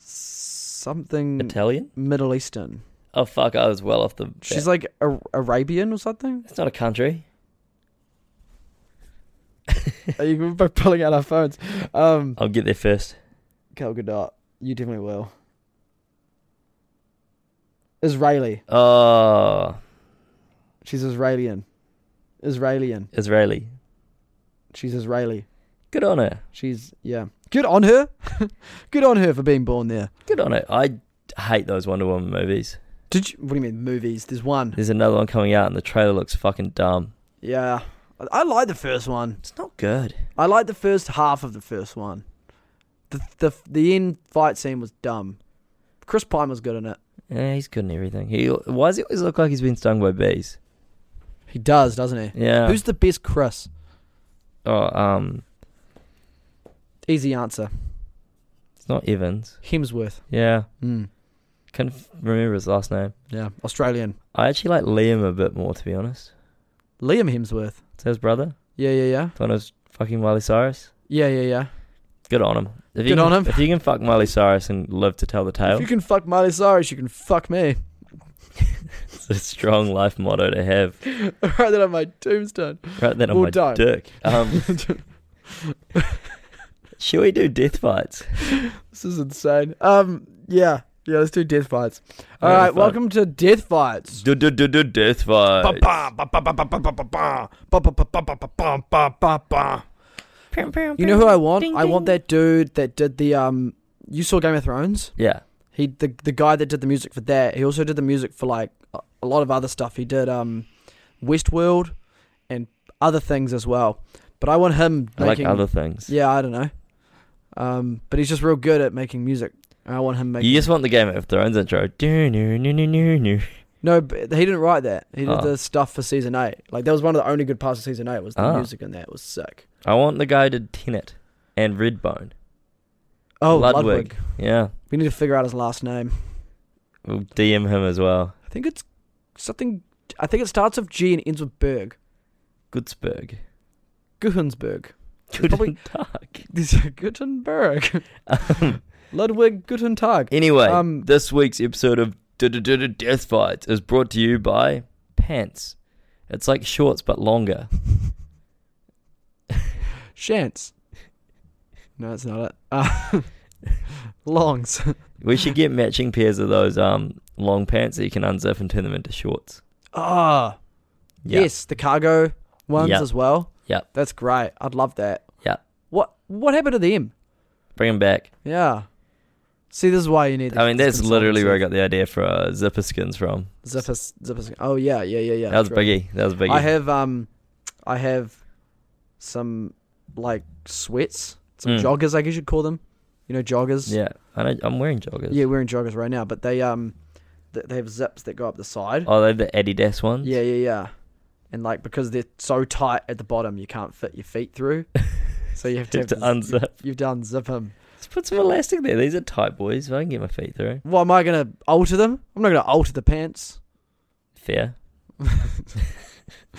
S1: something
S2: Italian?
S1: Middle Eastern.
S2: Oh fuck, I was well off the. bat.
S1: She's like Ar- Arabian or something.
S2: It's not a country.
S1: Are you both pulling out our phones? Um,
S2: I'll get there first.
S1: Gal Gadot, you definitely will. Israeli.
S2: Oh,
S1: She's Israeli. Israeli.
S2: Israeli.
S1: She's Israeli.
S2: Good on her.
S1: She's yeah. Good on her. Good on her for being born there.
S2: Good on her. I hate those Wonder Woman movies.
S1: Did you? What do you mean movies? There's one.
S2: There's another one coming out, and the trailer looks fucking dumb.
S1: Yeah, I, I like the first one.
S2: It's not good.
S1: I like the first half of the first one. The the the end fight scene was dumb. Chris Pine was good in it.
S2: Yeah, he's good in everything. He why does he always look like he's been stung by bees?
S1: He does, doesn't he?
S2: Yeah.
S1: Who's the best Chris?
S2: oh um?
S1: Easy answer.
S2: It's not Evans.
S1: Hemsworth.
S2: Yeah,
S1: Mm.
S2: can't f- remember his last name.
S1: Yeah, Australian.
S2: I actually like Liam a bit more, to be honest.
S1: Liam Hemsworth.
S2: Is that his brother?
S1: Yeah, yeah, yeah.
S2: The one who's fucking Miley Cyrus.
S1: Yeah, yeah, yeah.
S2: Good on him. If you
S1: Good on
S2: can,
S1: him.
S2: If you can fuck Miley Cyrus and live to tell the tale,
S1: If you can fuck Miley Cyrus, you can fuck me.
S2: it's a strong life motto to have.
S1: Write that on my tombstone.
S2: Right then, on
S1: Well
S2: my
S1: done.
S2: dick. Um, should we do death fights?
S1: This is insane. Um, yeah, yeah. Let's do death fights. All
S2: Alright,
S1: right,
S2: fine.
S1: welcome to death fights.
S2: Do do do do death fights.
S1: You know who I want? I want that dude that did the um. You saw Game of Thrones.
S2: Yeah.
S1: He the the guy that did the music for that. He also did the music for like a- a lot of other stuff. He did um, Westworld, and other things as well. But I want him
S2: I like
S1: making.
S2: other things.
S1: yeah, I don't know. Um, but he's just real good at making music. And I want him making.
S2: You just want the Game of Thrones intro. Do, do, do, do, do, do.
S1: No, but he didn't write that. He did
S2: Oh.
S1: the stuff for season eight. Like that was one of the only good parts of season eight was the
S2: Ah.
S1: music in that. It was sick.
S2: I want the guy to Tenet and Redbone.
S1: Oh, Ludwig.
S2: Ludwig. Yeah.
S1: We need to figure out his last name.
S2: We'll DM him as well.
S1: I think it's something. I think it starts with G and ends with Berg.
S2: Goodsberg.
S1: Guttensberg.
S2: Good
S1: Probably-
S2: talk.
S1: This Gutenberg.
S2: Um,
S1: Ludwig Guten Tag.
S2: Anyway,
S1: Um,
S2: this week's episode of Du- Du- Du- Du- Death Fights is brought to you by Pants. It's like shorts but longer.
S1: Chance. No, it's not it. Uh, longs.
S2: We should get matching pairs of those um long pants that you can unzip and turn them into shorts.
S1: Ah,
S2: Yeah.
S1: yes, the cargo ones
S2: Yeah.
S1: as well.
S2: Yeah.
S1: that's great. I'd love that.
S2: Yeah.
S1: What What happened to them?
S2: Bring them back.
S1: Yeah. See, this is why you need.
S2: I mean,
S1: the
S2: that's literally where I
S1: consultancy.
S2: got the idea for uh, zipper skins from.
S1: Zipper, zipper. Oh yeah, yeah, yeah, yeah.
S2: that was
S1: true.
S2: Biggie. That was Biggie.
S1: I have um, I have some like sweats, some
S2: Mm.
S1: joggers. I guess you'd call them. You know, joggers.
S2: yeah, I know, I'm wearing joggers.
S1: Yeah, we're in joggers right now, but they um, th- they have zips that go up the side.
S2: Oh, they're the Adidas ones.
S1: Yeah, yeah, yeah. And like because they're so tight at the bottom, you can't fit your feet through. so you have to,
S2: Have
S1: have
S2: to
S1: to z-
S2: unzip.
S1: You've done zip them.
S2: Let's put some elastic there. These are tight boys. If I can get my feet through.
S1: Well, am I gonna alter them? I'm not gonna alter the pants.
S2: Fair.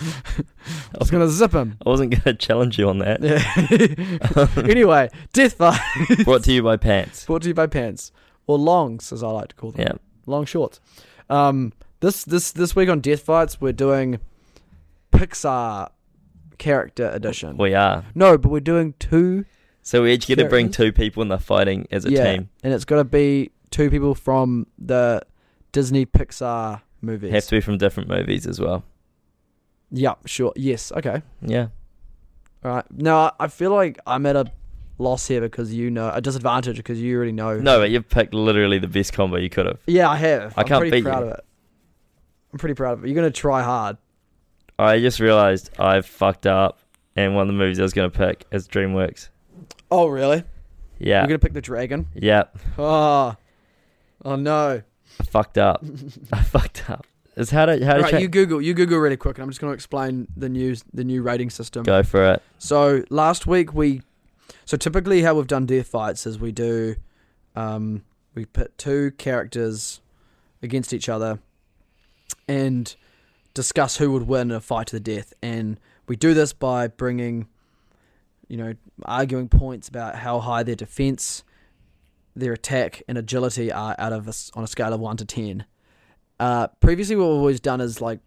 S1: I'm just gonna zip them.
S2: I wasn't gonna challenge you on that.
S1: anyway, death by
S2: Brought to you by Pants.
S1: brought to you by pants or longs, as I like to call them.
S2: Yeah.
S1: long shorts. Um, this this this week on Death Fights, we're doing Pixar character edition.
S2: We are.
S1: No, but we're doing two.
S2: So we each get to bring
S1: Characters?
S2: two people and they're fighting as a
S1: yeah,
S2: team.
S1: and it's got to be two people from the Disney Pixar movies.
S2: Have to be from different movies as well.
S1: Yeah, sure. Yes. Okay.
S2: Yeah.
S1: All right. Now I feel like I'm at a loss here because you know a disadvantage because you already know.
S2: No, but you've picked literally the best combo you could have.
S1: Yeah, I have.
S2: I
S1: I'm
S2: can't
S1: pretty
S2: beat
S1: proud
S2: you.
S1: of it. I'm pretty proud of it. You're gonna try hard.
S2: I just realized I fucked up, and one of the movies I was going to pick is DreamWorks.
S1: Oh really?
S2: Yeah.
S1: You're gonna pick the dragon.
S2: Yeah.
S1: Oh. Oh no.
S2: I fucked up. I fucked up. It's how to how to
S1: All right,
S2: check-
S1: you Google. You Google really quick, and I'm just gonna explain the news, the new rating system.
S2: go for it.
S1: So last week we, so typically how we've done death fights is we do, um, we put two characters against each other, and discuss who would win a fight to the death, and we do this by bringing, you know, arguing points about how high their defense, their attack, and agility are out of a s on a scale of one to ten. Uh, previously, what we've always done is like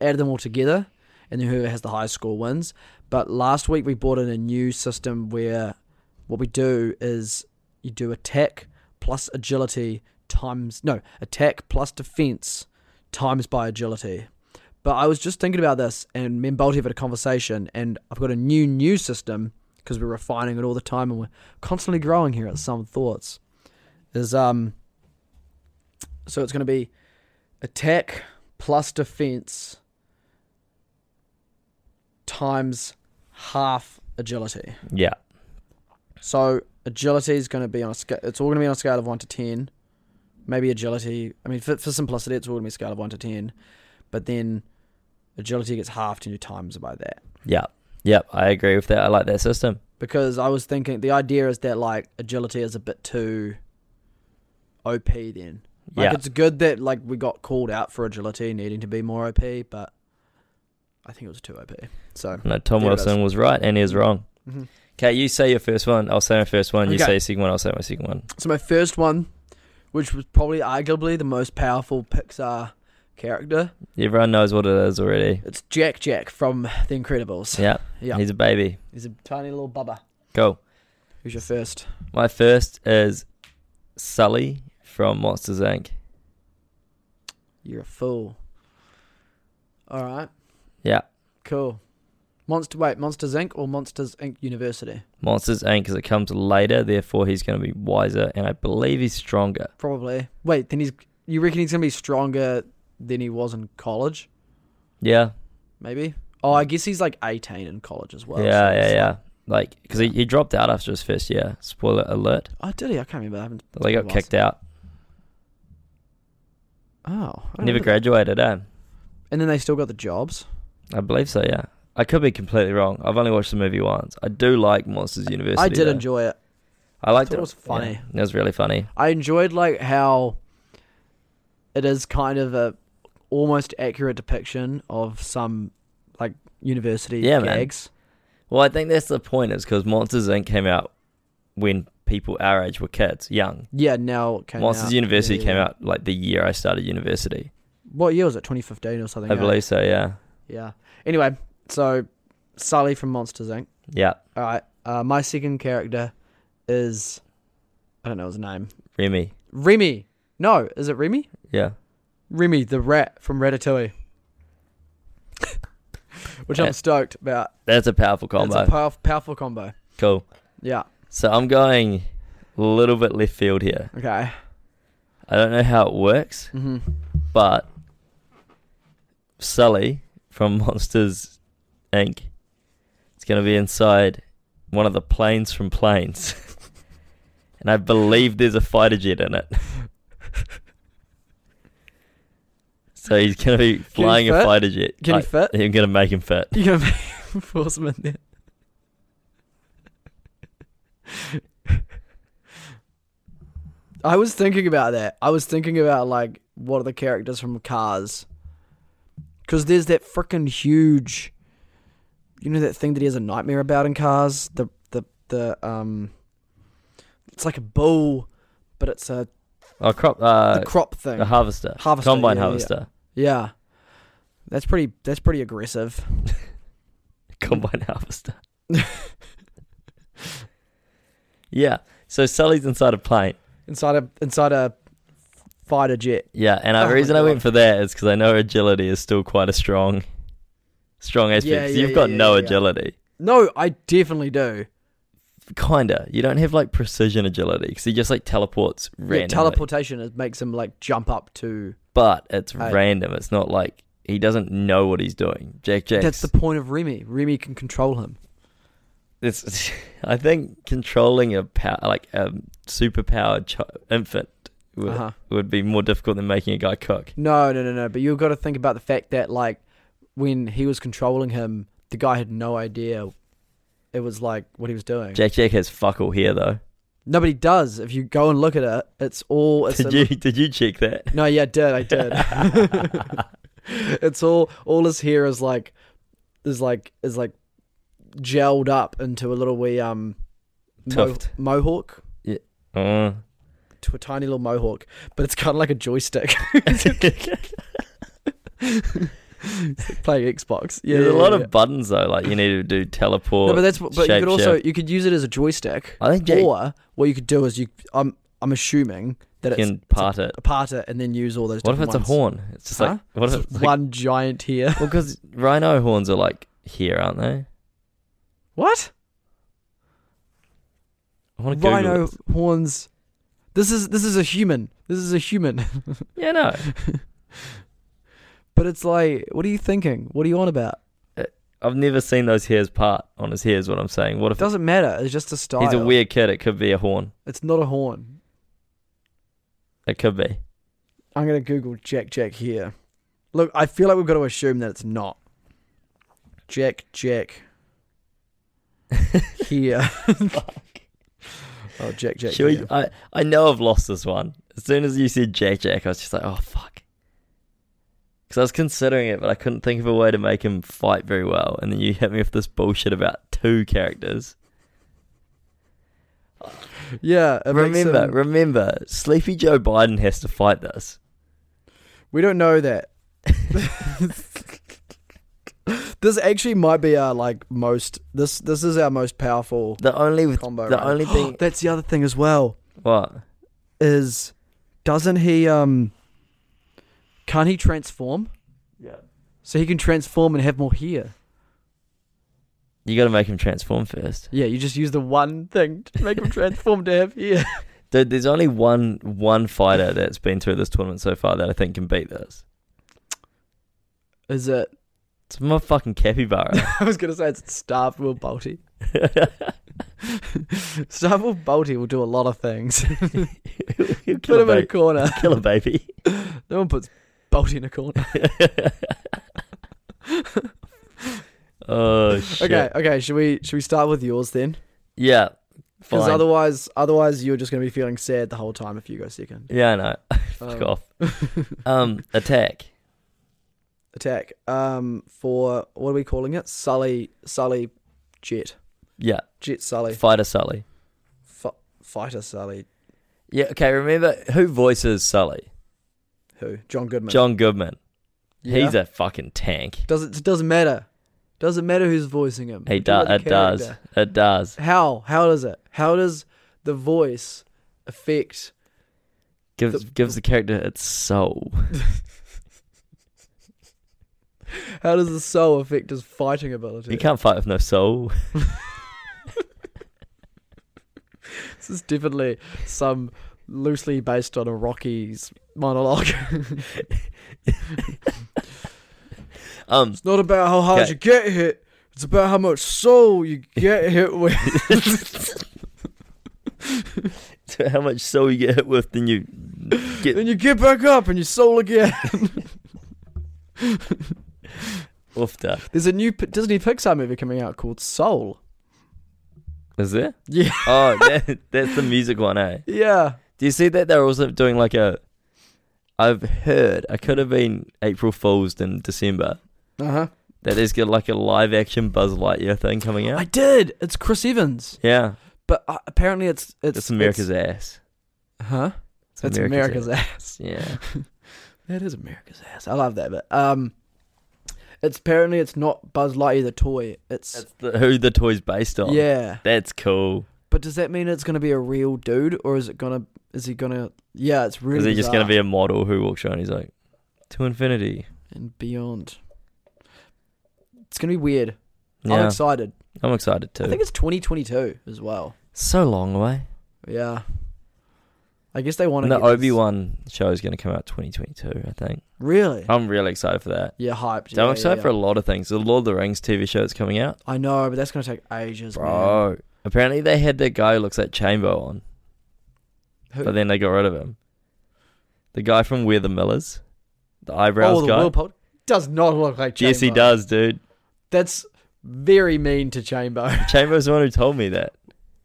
S1: add them all together, and then whoever has the highest score wins. But last week we brought in a new system where what we do is you do attack plus agility times no attack plus defense times by agility. But I was just thinking about this, and me and Bolty have had a conversation, and I've got a new new system because we're refining it all the time, and we're constantly growing here at Some Thoughts. Is um, so it's going to be attack plus defense times half agility.
S2: Yeah.
S1: So agility is going to be on a scale. It's all going to be on a scale of one to ten. Maybe agility. I mean, for, for simplicity, it's all going to be a scale of one to ten. But then agility gets halved and you times it by that.
S2: Yeah. Yep. I agree with that. I like that system.
S1: Because I was thinking the idea is that like agility is a bit too OP. Then like
S2: yeah.
S1: it's good that like we got called out for agility needing to be more OP, but I think it was too OP. So
S2: No, Tom
S1: there it
S2: Wilson was right and he was wrong.
S1: mhm.
S2: Okay, you say your first one. I'll say my first one. You
S1: Okay.
S2: say your second one. I'll say my second one.
S1: So my first one, which was probably arguably the most powerful Pixar character,
S2: Everyone knows what it is already.
S1: it's Jack Jack from The Incredibles.
S2: Yeah.
S1: Yeah.
S2: He's a baby.
S1: He's a tiny little bubba.
S2: Cool.
S1: Who's your first?
S2: My first is Sully from Monsters Inc.
S1: You're a fool. All right.
S2: Yeah.
S1: Cool. Monster. Wait, Monsters Inc. or Monsters Inc. University?
S2: Monsters Inc. because it comes later, therefore he's going to be wiser and I believe he's stronger.
S1: Probably. Wait, then he's. You reckon he's gonna be stronger than he was in college?
S2: Yeah.
S1: Maybe. Oh, I guess he's like 18 in college as well.
S2: yeah,
S1: so
S2: yeah,
S1: it's
S2: yeah.
S1: like-
S2: Like, because he, he dropped out after his first year. Spoiler alert.
S1: Oh, did he? I can't remember. I haven't.
S2: They got kicked out.
S1: Oh, I don't
S2: Never
S1: know.
S2: graduated, eh?
S1: And then they still got the jobs.
S2: I believe so, yeah. I could be completely wrong. I've only watched the movie once. I do like Monsters University.
S1: I did
S2: though.
S1: enjoy it.
S2: I liked
S1: thought
S2: it.
S1: it was funny.
S2: Yeah, it was really funny.
S1: I enjoyed like how it is kind of a almost accurate depiction of some like university
S2: Yeah, man.
S1: gags.
S2: Well, I think that's the point is because Monsters Inc. came out when people our age were kids, young.
S1: Yeah, now it came
S2: Monsters
S1: out.
S2: University
S1: Yeah,
S2: came
S1: yeah.
S2: out like the year I started university.
S1: What year was it? 2015 or something.
S2: I
S1: eh?
S2: believe so, yeah.
S1: Yeah. Anyway, so Sully from Monsters Inc.
S2: Yeah,
S1: All right. Uh, my second character is I don't know his name.
S2: Remy.
S1: Remy. No, is it Remy?
S2: Yeah.
S1: Remy the rat from Ratatouille. Which
S2: Yeah.
S1: I'm stoked about.
S2: That's a powerful combo.
S1: It's a pow- powerful combo.
S2: cool.
S1: Yeah.
S2: So I'm going a little bit left field here.
S1: Okay.
S2: I don't know how it works,
S1: Mm-hmm.
S2: but Sully from Monsters Inc. It's going to be inside one of the planes from Planes. and I believe there's a fighter jet in it. so he's going to be flying a
S1: fit?
S2: fighter jet.
S1: Can
S2: I,
S1: he fit?
S2: I'm going to make him fit.
S1: You gonna force him in there? I was thinking about that. I was thinking about like what are the characters from Cars? Because there's that freaking huge, you know that thing that he has a nightmare about in Cars. The the the um, it's like a bull, but it's a
S2: Oh, crop, uh,
S1: the crop thing.
S2: a harvester.
S1: Harvester,
S2: Combine
S1: yeah, yeah, yeah.
S2: harvester.
S1: yeah, that's pretty. That's pretty aggressive.
S2: combine harvester. yeah. So Sully's inside a plane.
S1: inside a inside a fighter jet.
S2: Yeah, and the
S1: Oh my
S2: reason I went
S1: God.
S2: for that is because I know agility is still quite a strong, strong aspect.
S1: Yeah,
S2: So
S1: yeah,
S2: You've
S1: yeah,
S2: got
S1: yeah,
S2: no
S1: yeah.
S2: agility,
S1: No, I definitely do.
S2: kinda. You don't have like precision agility because he just like teleports randomly.
S1: Yeah, teleportation it makes him like jump up to.
S2: but it's
S1: I-
S2: random. It's not like he doesn't know what he's doing. Jack Jacks.
S1: That's the point of Remy. Remy can control him.
S2: It's, I think controlling a power, like a superpowered ch- infant would,
S1: Uh-huh.
S2: would be more difficult than making a guy cook.
S1: No, no, no, no. But you've got to think about the fact that like when he was controlling him, the guy had no idea. It was like what he was doing.
S2: Jack Jack has fuck all here though.
S1: Nobody does. If you go and look at it, it's all. It's
S2: did
S1: a-
S2: you did you check that?
S1: No, yeah, I did. I did. it's all. All is here is like, is like, is like, gelled up into a little wee um, mo-
S2: Tuft.
S1: mohawk
S2: Uh.
S1: to a tiny little mohawk, but it's kind of like a joystick playing Xbox. Yeah,
S2: There's
S1: yeah,
S2: a lot
S1: yeah.
S2: of buttons though. Like you need to do teleport.
S1: No, but that's but you could also
S2: shapeshift.
S1: you could use it as a joystick,
S2: I think Jack
S1: or what you could do is you. I'm I'm assuming that it's
S2: can part it.
S1: apart it and then use all those.
S2: What if it's
S1: different
S2: a
S1: ones.
S2: horn? It's just
S1: Huh?
S2: like what if
S1: Just
S2: it's like,
S1: one giant here?
S2: well because rhino horns are like here, aren't they?
S1: What
S2: I want to Google.
S1: rhino
S2: this.
S1: horns? This is this is a human. This is a human.
S2: Yeah, no.
S1: But it's like, what are you thinking? What are you on about?
S2: I've never seen those hairs part on his hair. Is what I'm saying.
S1: It
S2: What if
S1: doesn't matter. It's just a style.
S2: he's a weird kid? It could be a horn.
S1: It's not a horn.
S2: It could be.
S1: I'm gonna Google Jack Jack here. Look, I feel like we've got to assume that it's not Jack Jack here. oh, Jack Jack.
S2: Should we,
S1: here.
S2: I I know I've lost this one. As soon as you said Jack Jack, I was just like, oh fuck. Because I was considering it, but I couldn't think of a way to make him fight very well. And then you hit me with this bullshit about two characters.
S1: Yeah. it makes
S2: remember,
S1: him-
S2: remember, Sleepy Joe Biden has to fight this.
S1: we don't know that. this actually might be our like most. This this is our most powerful
S2: The only
S1: combo.
S2: the
S1: right
S2: only
S1: now.
S2: thing
S1: That's the other thing as well.
S2: what
S1: is doesn't he um can't he transform?
S2: Yeah.
S1: So he can transform and have more hair.
S2: you got to make him transform first,
S1: Yeah, you just use the one thing to make him transform to have hair.
S2: dude. There's only one one fighter that's been through this tournament so far that I think can beat this.
S1: Is it
S2: It's my fucking capybara.
S1: I was gonna say it's Starved Will Bolty. Starved Will Bolty will do a lot of things. Put
S2: Kill a
S1: him in a
S2: baby.
S1: corner.
S2: Kill a baby.
S1: No one puts Bolty in a corner.
S2: oh shit.
S1: Okay, okay, should we should we start with yours then?
S2: Yeah.
S1: Because
S2: Fine.
S1: otherwise otherwise you're just gonna be feeling sad the whole time if you go second.
S2: yeah, I know.
S1: Um,
S2: Fuck off. Um, attack.
S1: attack um for what are we calling it sully sully jet
S2: Yeah.
S1: jet sully
S2: Fighter Sully.
S1: F- fighter sully
S2: Yeah. Okay. Remember who voices Sully?
S1: who john goodman
S2: John Goodman.
S1: Yeah.
S2: He's a fucking tank.
S1: does it doesn't matter doesn't matter who's voicing him
S2: He
S1: We're talking
S2: does.
S1: about
S2: It
S1: the
S2: does.
S1: character.
S2: It does.
S1: how how does it how does the voice affect
S2: Gives gives the character its soul.
S1: how does the soul affect his fighting ability
S2: You can't fight with no soul.
S1: this is definitely some loosely based on a rocky's monologue
S2: Um.
S1: it's not about how hard
S2: Okay.
S1: you get hit it's about how much soul you get hit with
S2: so how much soul you get hit with, then you get
S1: Then you get back up and you soul again.
S2: woofed.
S1: There's a new P- Disney Pixar movie coming out called Soul.
S2: Is there?
S1: Yeah.
S2: Oh, that, that's the music one, eh?
S1: Yeah.
S2: Do you see that they're also doing like a? I've heard I could have been April Fools in December.
S1: Uh huh.
S2: That there's got like a live action Buzz Lightyear thing coming out.
S1: I did. It's Chris Evans,
S2: yeah,
S1: but uh, apparently it's it's,
S2: it's, America's
S1: it's-
S2: ass.
S1: Huh? It's, America's, ass.
S2: Yeah,
S1: That is America's ass. I love that bit. Um, It's apparently it's not Buzz Lightyear the toy. It's
S2: That's the, who the toy's based on.
S1: yeah.
S2: That's cool.
S1: But does that mean it's gonna be a real dude, or is it gonna? Is he gonna? Yeah, it's really.
S2: Is he just going to
S1: bizarre
S2: be a model who walks around? He's like, to infinity.
S1: and beyond? It's gonna be weird. I'm
S2: Yeah,
S1: excited.
S2: I'm excited
S1: I
S2: too.
S1: think it's 2022 as well.
S2: so long away.
S1: Yeah. I guess they want to.
S2: And the Obi Wan show is going to come out 2022, I think.
S1: Really?
S2: I'm really excited for that.
S1: yeah, hyped.
S2: So
S1: yeah,
S2: I'm excited
S1: yeah,
S2: Oh. for a lot of things. The Lord of the Rings TV show that's coming out.
S1: yeah. I know, but that's gonna take ages, man.
S2: Bro. Apparently they had that guy who looks like Chambo on,
S1: Who-
S2: but then they got rid of him. The guy from We're the Millers, the eyebrows
S1: oh, the
S2: guy.
S1: Will Pod does not look like. Chambo.
S2: Yes, he does, dude.
S1: That's very mean to Chambo.
S2: Chambo's the one who told me that.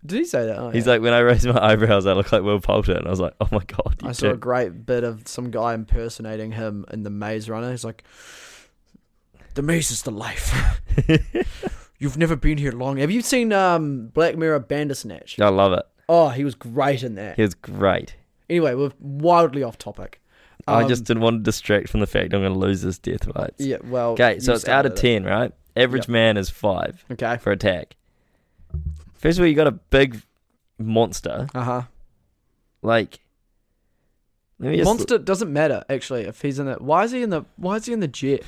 S1: Did he say that? Oh,
S2: He's
S1: yeah.
S2: like, when I raise my eyebrows, I look like Will Poulter. And I was like, oh my God. You
S1: I saw a
S2: do.
S1: great bit of some guy impersonating him in the Maze Runner. He's like, "The maze is the life. You've never been here long. Have you seen um, Black Mirror Bandersnatch?
S2: I love it.
S1: Oh, he was great in that.
S2: He was great.
S1: Anyway, we're wildly off topic.
S2: I
S1: Um,
S2: just didn't want to distract from the fact I'm going to lose this death rights.
S1: yeah. Well,
S2: Okay,
S1: you
S2: so it's out of
S1: started
S2: 10, right? Average
S1: Yep.
S2: man is 5
S1: it. Okay.
S2: for attack. First of all, you got a big monster.
S1: Uh huh.
S2: Like, let me just.
S1: Monster doesn't matter actually if he's in it. Why is he in the? Why is he in the jet?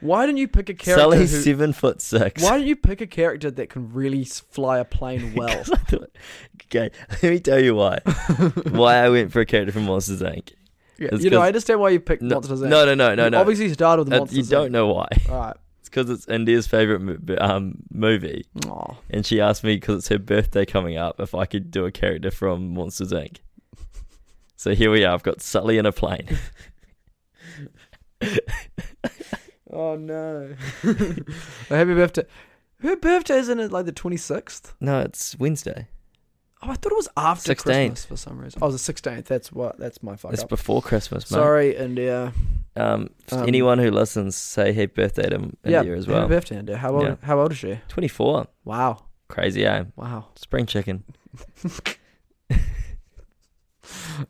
S1: Why didn't you pick a character?
S2: Sully's
S1: Who,
S2: seven foot six.
S1: why didn't you pick a character that can really s- fly a plane well?
S2: 'Cause I thought- okay, let me tell you why. why I went for a character from Monsters Inc.
S1: Yeah,
S2: It's
S1: you know,
S2: 'cause-
S1: I understand why you picked
S2: No,
S1: Monsters Inc.
S2: no, no, no, no,
S1: You
S2: no.
S1: Obviously, started with
S2: Uh,
S1: the Monsters
S2: you don't know why.
S1: All right.
S2: It's because it's India's favorite mo- um, movie,
S1: Oh,
S2: and she asked me because it's her birthday coming up if I could do a character from Monsters Inc. So here we are. I've got Sully in a plane.
S1: Oh, no. happy birthday. Her birthday isn't it like the 26th?
S2: No, it's Wednesday.
S1: Oh, I thought it was after
S2: 16th.
S1: Christmas for some reason. Oh, the 16th. That's what. That's my fuck
S2: it's
S1: up.
S2: before Christmas, mate.
S1: Sorry, India.
S2: Um,
S1: Um,
S2: anyone who listens, say happy birthday to M-
S1: Yeah,
S2: India as
S1: Happy
S2: well.
S1: birthday, India. How old?
S2: Yeah.
S1: How old is she?
S2: Twenty four.
S1: Wow.
S2: Crazy, eh?
S1: Wow.
S2: Spring chicken.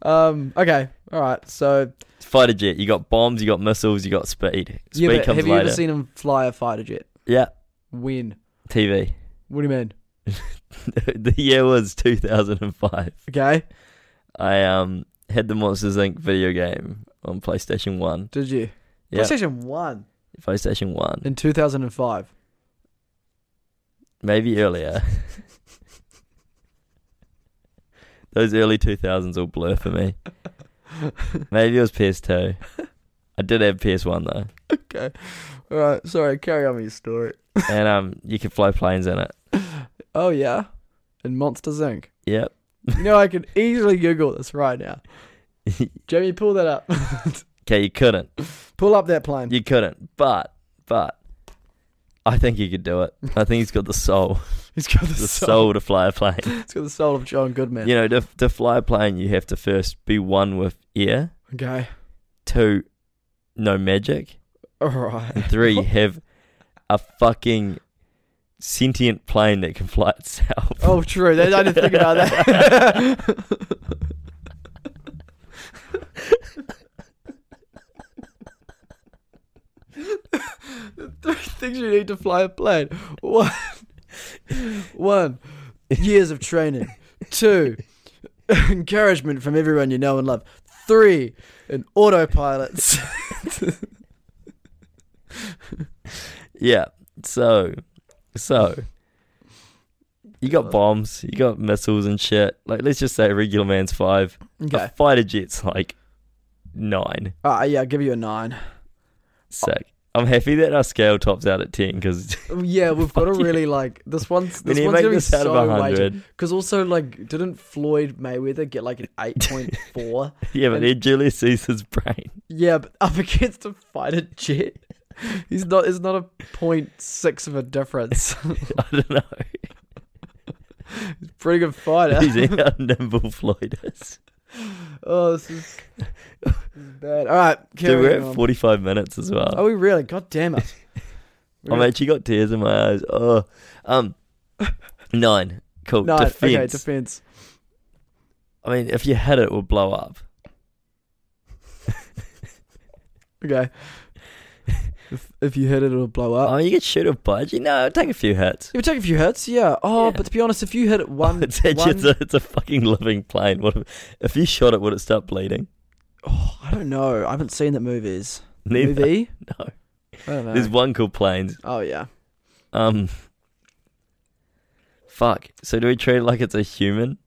S1: Um. Okay. All right. So,
S2: Fighter jet. You got bombs. You got missiles. You got speed. Speed
S1: yeah, but
S2: comes
S1: have you
S2: later.
S1: ever seen him fly a fighter jet?
S2: yeah.
S1: When?
S2: TV.
S1: What do you mean?
S2: the year was two thousand and five.
S1: Okay.
S2: I um had the Monsters Inc. video game on PlayStation One.
S1: Did you?
S2: Yeah.
S1: PlayStation One
S2: PlayStation One.
S1: in 2005.
S2: Maybe earlier. Those early two thousands all blur for me. Maybe it was PS2. I did have PS1 though.
S1: Okay. All right. Sorry. Carry on with your story.
S2: and um, you could fly planes in it.
S1: Oh yeah, and Monsters Inc.
S2: Yep.
S1: You know I could easily Google this right now. Jamie, pull that up.
S2: Okay, you couldn't.
S1: pull up that plane.
S2: You couldn't. But but I think you could do it. I think he's got the soul,
S1: He's got the,
S2: the
S1: soul.
S2: soul to fly a plane.
S1: He's got the soul of John Goodman.
S2: You know, to to fly a plane, you have to first be one with air.
S1: Okay.
S2: Two, no magic.
S1: All right.
S2: And three, have a fucking sentient plane that can fly itself.
S1: Oh, true. That, I didn't think about that. The Three things you need to fly a plane. One, one, years of training. Two, encouragement from everyone you know and love. Three, an autopilot.
S2: Yeah. So, so you got
S1: God.
S2: bombs, you got missiles and shit. Like, let's just say a regular man's five. A
S1: Okay.
S2: fighter jet's like nine,
S1: Uh, yeah, I'll give you a nine.
S2: sick. I'm happy that our scale tops out at ten because
S1: Yeah, we've got to
S2: Fuck you.
S1: really like this one's.
S2: we
S1: This
S2: need to
S1: one's
S2: make
S1: gonna be
S2: this out of
S1: so
S2: a
S1: weighted.
S2: hundred.
S1: Because also, like, didn't Floyd Mayweather get like an 8.4?
S2: Yeah, but
S1: And-
S2: then Julius Caesar's brain.
S1: yeah, but up against a fighter jet, he's not. It's not a 0.6 of a difference.
S2: I don't know.
S1: Pretty good fighter.
S2: He's how nimble Floyd is.
S1: Oh, this is, this is bad. All right,
S2: Dude,
S1: carry
S2: we're at
S1: on. Oh,
S2: 45 minutes as well.
S1: Are we really? God damn it! We're
S2: I've
S1: gonna-
S2: actually got tears in my eyes. Oh, um, nine. Cool.
S1: no, okay,
S2: defense.
S1: defense.
S2: I mean, if you hit it, it would blow up.
S1: Okay, If, if you hit it, it'll blow up.
S2: oh, you could shoot a budgie? No, it'll take a few hits.
S1: You would take a few hits, yeah. Oh,
S2: Yeah.
S1: but to be honest, if you hit it one,
S2: it's, actually-
S1: one-
S2: it's, a, it's a fucking living plane. What if, if you shot it, would it stop bleeding?
S1: Oh, I don't know. I haven't seen the movies.
S2: Neither.
S1: Movie?
S2: No.
S1: I don't know.
S2: There's one called Planes.
S1: Oh yeah.
S2: Um. Fuck. So do we treat it like it's a human?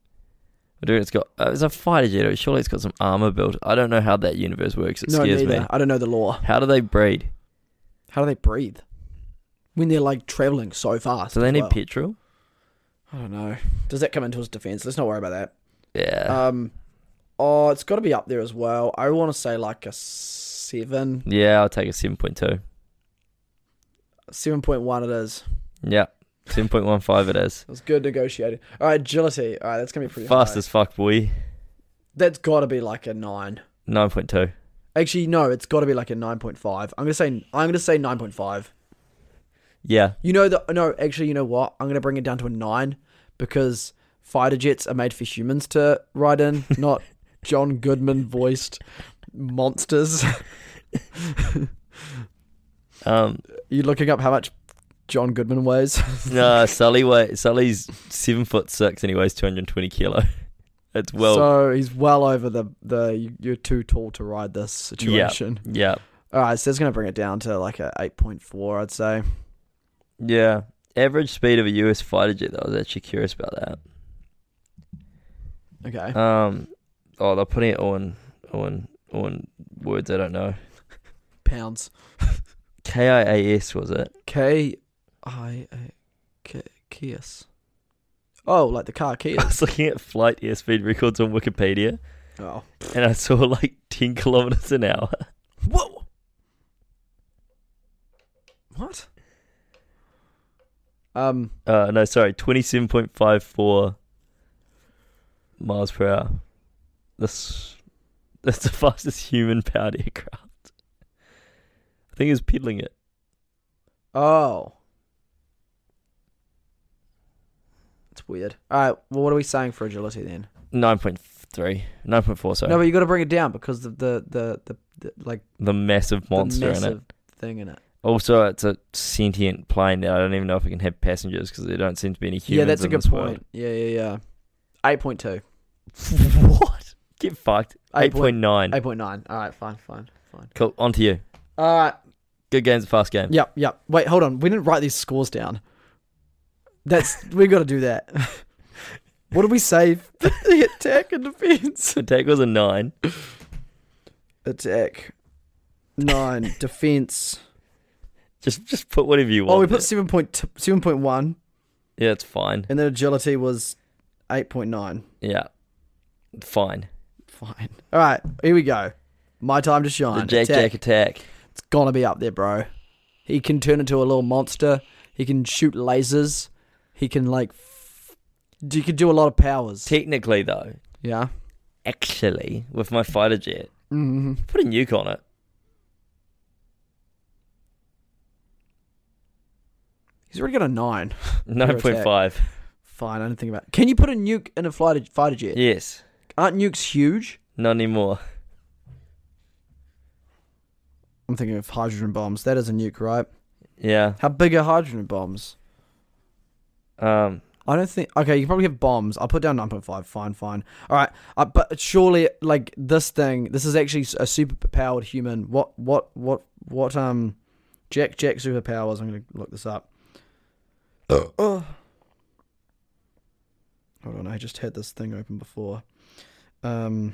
S2: Or do it's got? Uh, it's a fighter jet. Surely it's got some armor built. I don't know how that universe works. It
S1: no,
S2: scares
S1: neither.
S2: me.
S1: I don't know the law.
S2: How do they breed?
S1: How do they breathe when they're like traveling so fast?
S2: So they
S1: as
S2: need
S1: well?
S2: petrol.
S1: I don't know. Does that come into his defense? Let's not worry about that.
S2: Yeah.
S1: Um, oh, it's got to be up there as well. I want to say like a seven,
S2: yeah, I'll take a seven point two.
S1: seven point one. It is.
S2: Yeah, seven point one five. It is
S1: It was good negotiating. All right, agility. All right, that's gonna be pretty
S2: fast
S1: high.
S2: as fuck. Boy,
S1: That's got to be like a nine.
S2: nine point two.
S1: Actually, no, it's got to be like a nine point five. I'm gonna say I'm gonna say nine point five.
S2: Yeah,
S1: You know the no. Actually, you know what? I'm gonna bring it down to a nine because fighter jets are made for humans to ride in, not John Goodman voiced monsters.
S2: Um,
S1: you looking up how much John Goodman weighs?
S2: no, Sully weight. Sully's seven foot six and he weighs two hundred twenty kilo. It's well,
S1: so he's well over the the you- you're too tall to ride this situation.
S2: yeah,
S1: All right, so it's gonna bring it down to like a eight point four, I'd say.
S2: yeah. Average speed of a US fighter jet. Though, I was actually curious about
S1: Okay,
S2: that. Um, oh, they're putting it all in, all in, all in words I don't know.
S1: pounds.
S2: K I A S was it?
S1: K I A K Kias. Oh, like the car Kia.
S2: I was looking at flight airspeed records on Wikipedia,
S1: oh,
S2: and I saw like ten kilometers an hour.
S1: whoa! What? Um,
S2: Uh, no, sorry, twenty-seven point five four miles per hour. This that's the fastest human-powered aircraft. I think it's peddling it.
S1: oh, it's weird. All right, well, what are we saying for agility then?
S2: Nine point three, nine point four. Sorry,
S1: No, but you got to bring it down because the the the, the, the like
S2: the massive monster
S1: the
S2: in
S1: massive
S2: it.
S1: thing in it.
S2: Also, it's a sentient plane. Now I don't even know if it can have passengers because there don't seem to be any humans.
S1: yeah, that's a
S2: in
S1: good
S2: this world.
S1: point. Yeah, yeah, yeah. Eight point two.
S2: what? Get fucked. Eight point nine.
S1: Eight point nine. All right, fine, fine, fine.
S2: Cool. On to you.
S1: All right.
S2: Good game's a fast game.
S1: Yep, yep. Wait, hold on. We didn't write these scores down. That's we got to do that. what did we save? the attack and defense.
S2: Attack was a nine.
S1: Attack nine defense.
S2: Just just put whatever you want.
S1: Oh, we put
S2: there.
S1: 7.2 7.1
S2: Yeah, it's fine.
S1: and then agility was eight point nine.
S2: Yeah. Fine.
S1: Fine. All right, here we go. My time to
S2: The
S1: shine.
S2: Jack
S1: Attack.
S2: Jack attack.
S1: It's gonna be up there, bro. He can turn into a little monster. He can shoot lasers. He can like. F- you can do a lot of powers.
S2: Technically though,
S1: yeah.
S2: actually, with my fighter jet,
S1: Mm-hmm.
S2: put a nuke on it.
S1: He's already got a nine.
S2: Nine point five.
S1: Fine, I didn't think about. It. Can you put a nuke in a flight fighter jet?
S2: Yes.
S1: Aren't nukes huge?
S2: Not anymore.
S1: I'm thinking of hydrogen bombs. That is a nuke, right?
S2: Yeah.
S1: How big are hydrogen bombs?
S2: Um
S1: I don't think. Okay, you probably have bombs. I'll put down 9.5. Fine, fine. All right, uh, but surely, like this thing, this is actually a super powered human. What, what, what, what? Um, Jack, Jack superpowers. I'm gonna look this up. Oh. Hold on, I just had this thing open before. Um.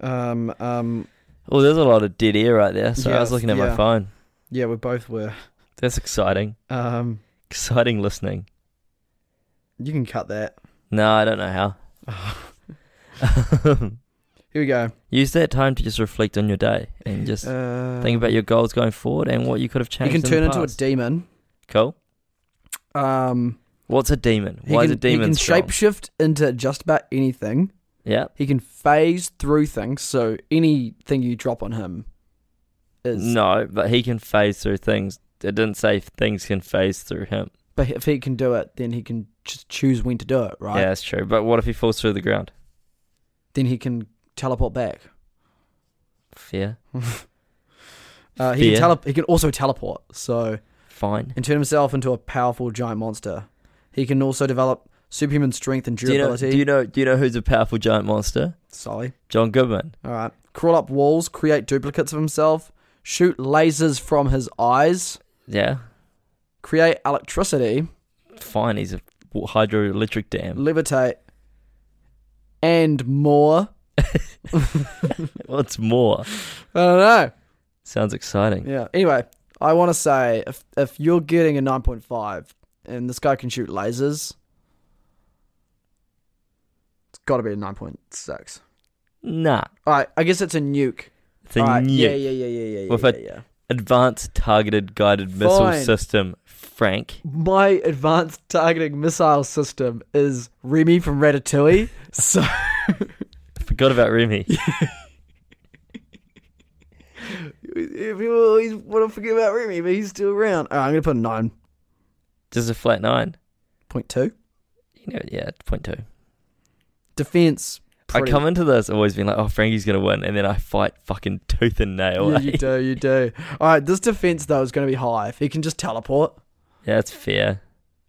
S1: Um. Um.
S2: Oh, there's a lot of dead air right there. Sorry, I
S1: Yeah,
S2: was looking at my
S1: yeah.
S2: phone.
S1: Yeah, we both were.
S2: That's exciting.
S1: Um.
S2: Exciting listening.
S1: You can cut that.
S2: No, I don't know how.
S1: Here we go.
S2: Use that time to just reflect on your day and just
S1: Uh,
S2: think about your goals going forward and what you could have
S1: you
S2: changed.
S1: can turn into a
S2: demon.
S1: demon.
S2: Cool.
S1: Um,
S2: What's a demon?
S1: he
S2: Why
S1: can,
S2: is a demon
S1: He can
S2: strong?
S1: shapeshift into just about anything.
S2: yeah.
S1: He can phase through things, so anything you drop on him is
S2: No, but he can phase through things. It didn't say things can phase through him.
S1: But if he can do it, then he can just choose when to do it, right?
S2: Yeah, that's true. But what if he falls through the ground?
S1: then he can teleport back.
S2: Fair.
S1: Uh, he, can
S2: Fair.
S1: tele- he can also teleport, so
S2: Fine.
S1: and turn himself into a powerful giant monster. He can also develop superhuman strength and
S2: Do you, know,
S1: durability.
S2: do you know? Do you know who's a powerful giant monster?
S1: Sully.
S2: John Goodman.
S1: All right. Crawl up walls, create duplicates of himself, shoot lasers from his eyes,
S2: Yeah.
S1: create electricity,
S2: Fine. He's a hydroelectric dam.
S1: levitate, and more.
S2: What's more?
S1: I don't know.
S2: Sounds exciting.
S1: Yeah. Anyway, I want to say if if you're getting a 9.5 and this guy can shoot lasers, it's got to be a 9.6.
S2: Nah.
S1: All right. I guess it's a nuke.
S2: It's a
S1: All right,
S2: new
S1: Yeah, yeah, yeah, yeah, yeah.
S2: With
S1: yeah,
S2: a-
S1: yeah.
S2: advanced targeted guided missile
S1: Fine.
S2: system. Frank.
S1: My advanced targeting missile system is Remy from Ratatouille. so
S2: I forgot about Remy.
S1: if you always want to forget about Remy, but he's still around. All right, I'm gonna put a nine
S2: Just a flat nine.
S1: point two
S2: You know, yeah, point two.
S1: defense.
S2: I
S1: pretty-
S2: come into this always being like, oh, Frankie's gonna win, and then I fight fucking tooth and nail.
S1: Yeah,
S2: eh?
S1: you do, you do. All right, this defense though is gonna be high. If he can just teleport,
S2: Yeah, that's fair.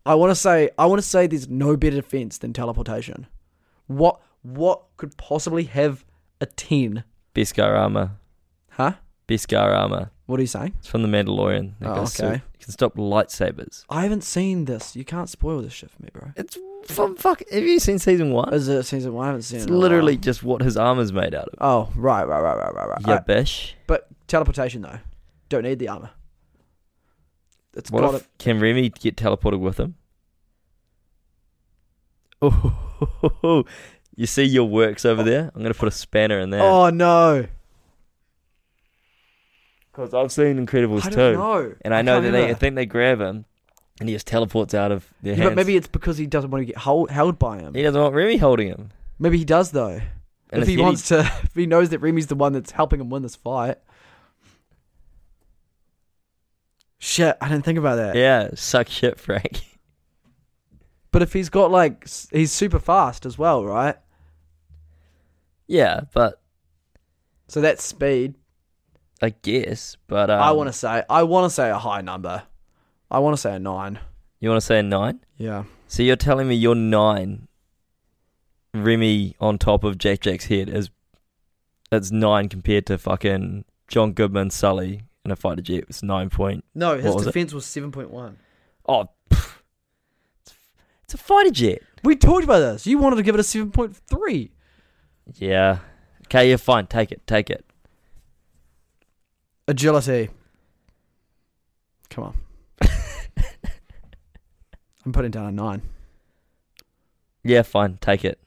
S1: I want to say, I want to say, there's no better defense than teleportation. What, what could possibly have a ten?
S2: Beskar armor.
S1: Huh?
S2: Beskar armor.
S1: What are you saying?
S2: It's from the Mandalorian. That
S1: Oh,
S2: goes to-
S1: okay.
S2: you can stop lightsabers.
S1: I haven't seen this. You can't spoil this shit for me, bro.
S2: It's from fuck. Have you seen season one?
S1: Is it season one? I haven't seen
S2: It's
S1: it. in a while.
S2: literally just what his armor's made out of.
S1: Oh, right, right, right, right, right, right.
S2: Yeah,
S1: Alright,
S2: bish.
S1: But teleportation though, don't need the armor. It's
S2: What
S1: got
S2: if
S1: it.
S2: can Remy get teleported with him? Oh, you see your works over there. I'm gonna put a spanner in there
S1: Oh no!
S2: because I've seen Incredibles
S1: I don't
S2: too,
S1: know.
S2: and I know
S1: can't
S2: that they I
S1: remember.
S2: think they grab him, and he just teleports out of their
S1: Yeah,
S2: hands.
S1: but maybe it's because he doesn't want to get hold, held by him.
S2: he doesn't want Remy holding him.
S1: Maybe he does though.
S2: And
S1: if
S2: it's
S1: he
S2: Yeti-
S1: wants to, if he knows that Remy's the one that's helping him win this fight. Shit, I didn't think about that.
S2: yeah, suck shit, Frank.
S1: But if he's got like, s- he's super fast as well, right?
S2: yeah, but
S1: So that's speed.
S2: I guess. But um,
S1: I want to say, I want to say a high number. I want to say a nine.
S2: You want to say a nine?
S1: Yeah.
S2: So you're telling me your nine, Remy on top of Jack Jack's head is, that's nine compared to fucking John Goodman Sully in a fighter jet. It's nine point.
S1: No,
S2: What
S1: his
S2: was it?
S1: defense was seven point one.
S2: Oh, pff. it's, it's a fighter jet.
S1: We talked about this. You wanted to give it a seven point three.
S2: Yeah. Okay, you're fine. Take it. Take it.
S1: Agility. Come on. I'm putting down a nine.
S2: Yeah, fine. Take it.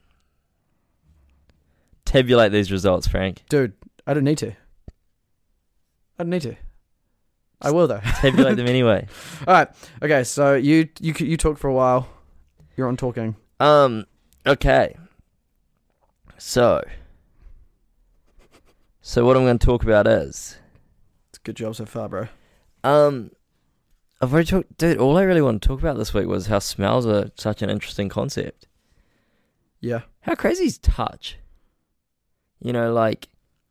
S2: Tabulate these results, Frank.
S1: Dude, I don't need to. I don't need to. I will though.
S2: Tabulate them anyway.
S1: All right. Okay. So you you you talk for a while. You're on talking.
S2: Um. Okay. So. So what I'm going to talk about is
S1: It's a good job so far, bro.
S2: um. I've already talked, dude. All I really want to talk about this week was how smells are such an interesting concept.
S1: Yeah.
S2: How crazy is touch? You know, like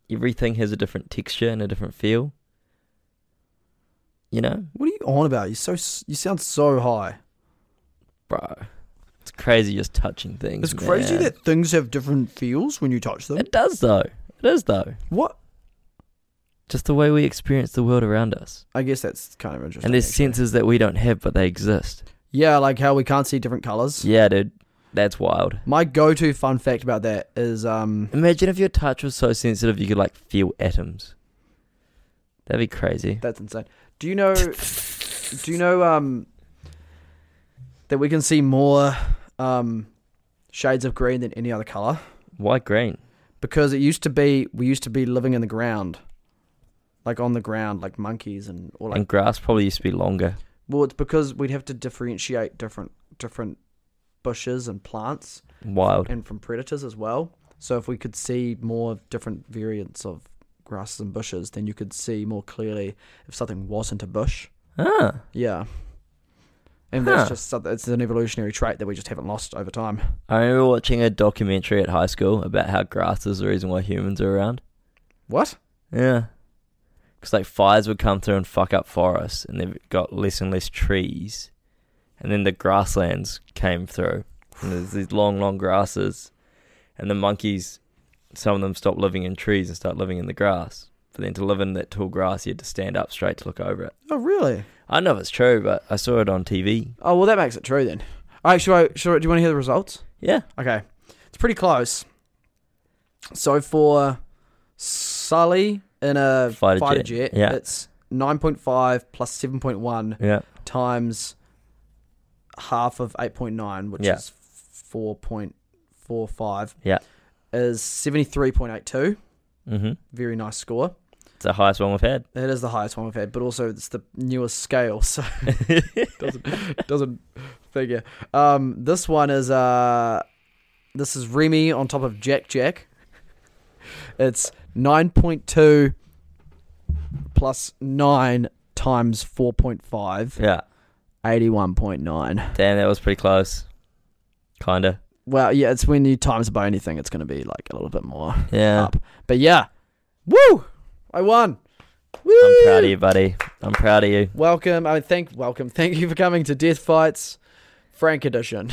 S2: everything has a different texture and a different feel. You know,
S1: What are you on about? You so s- you sound so high.
S2: bro, it's crazy just touching things.
S1: It's crazy
S2: man.
S1: that things have different feels when you touch them.
S2: it does though. It is though.
S1: What?
S2: Just the way we experience the world around us.
S1: I guess that's kind of interesting.
S2: And there's
S1: actually.
S2: senses that we don't have, but they exist.
S1: Yeah, like how we can't see different colors.
S2: Yeah, dude. That's wild.
S1: My go-to fun fact about that is um
S2: Imagine if your touch was so sensitive you could, like, feel atoms. That'd be crazy.
S1: that's insane. Do you know do you know um that we can see more um shades of green than any other color
S2: Why green?
S1: because it used to be we used to be living in the ground like on the ground like monkeys and or like
S2: and grass probably used to be longer.
S1: well it's because we'd have to differentiate different different bushes and plants
S2: Wild.
S1: and from predators as well. So if we could see more different variants of grasses and bushes, then you could see more clearly if something wasn't a bush.
S2: Ah.
S1: Yeah. and
S2: Huh.
S1: that's just something. It's an evolutionary trait that we just haven't lost over time.
S2: I remember watching a documentary at high school about how grass is the reason why humans are around.
S1: What?
S2: Yeah. Because, like, fires would come through and fuck up forests, and they've got less and less trees. And then the grasslands came through, and there's these long, long grasses. And the monkeys, some of them stop living in trees and start living in the grass. For them to live in that tall grass, you had to stand up straight to look over it.
S1: Oh, really?
S2: I don't know if it's true, but I saw it on TV.
S1: Oh, well, that makes it true then. All right, should I, should I, do you want to hear the results?
S2: Yeah.
S1: Okay, it's pretty close. So for Sully in a
S2: Fighter
S1: fighter,
S2: jet,
S1: jet,
S2: yeah.
S1: it's nine point five plus seven point one
S2: Yeah.
S1: times half of eight point nine, which
S2: Yeah.
S1: is four point four five.
S2: Yeah.
S1: is seventy three point eight two.
S2: Mm-hmm.
S1: Very nice score.
S2: It's the highest one we've had.
S1: It is the highest one we've had, but also it's the newest scale, so doesn't doesn't figure. Um, this one is uh, this is Remy on top of Jack Jack. It's nine point two plus nine times 4.5
S2: yeah.
S1: 81.9
S2: Damn, that was pretty close. Kinda.
S1: well yeah it's when you times it by anything it's going to be like a little bit more
S2: Yeah.
S1: up but yeah woo i won woo
S2: I'm proud of you, buddy. I'm proud of you.
S1: welcome i mean, thank welcome thank you for coming to death fights frank edition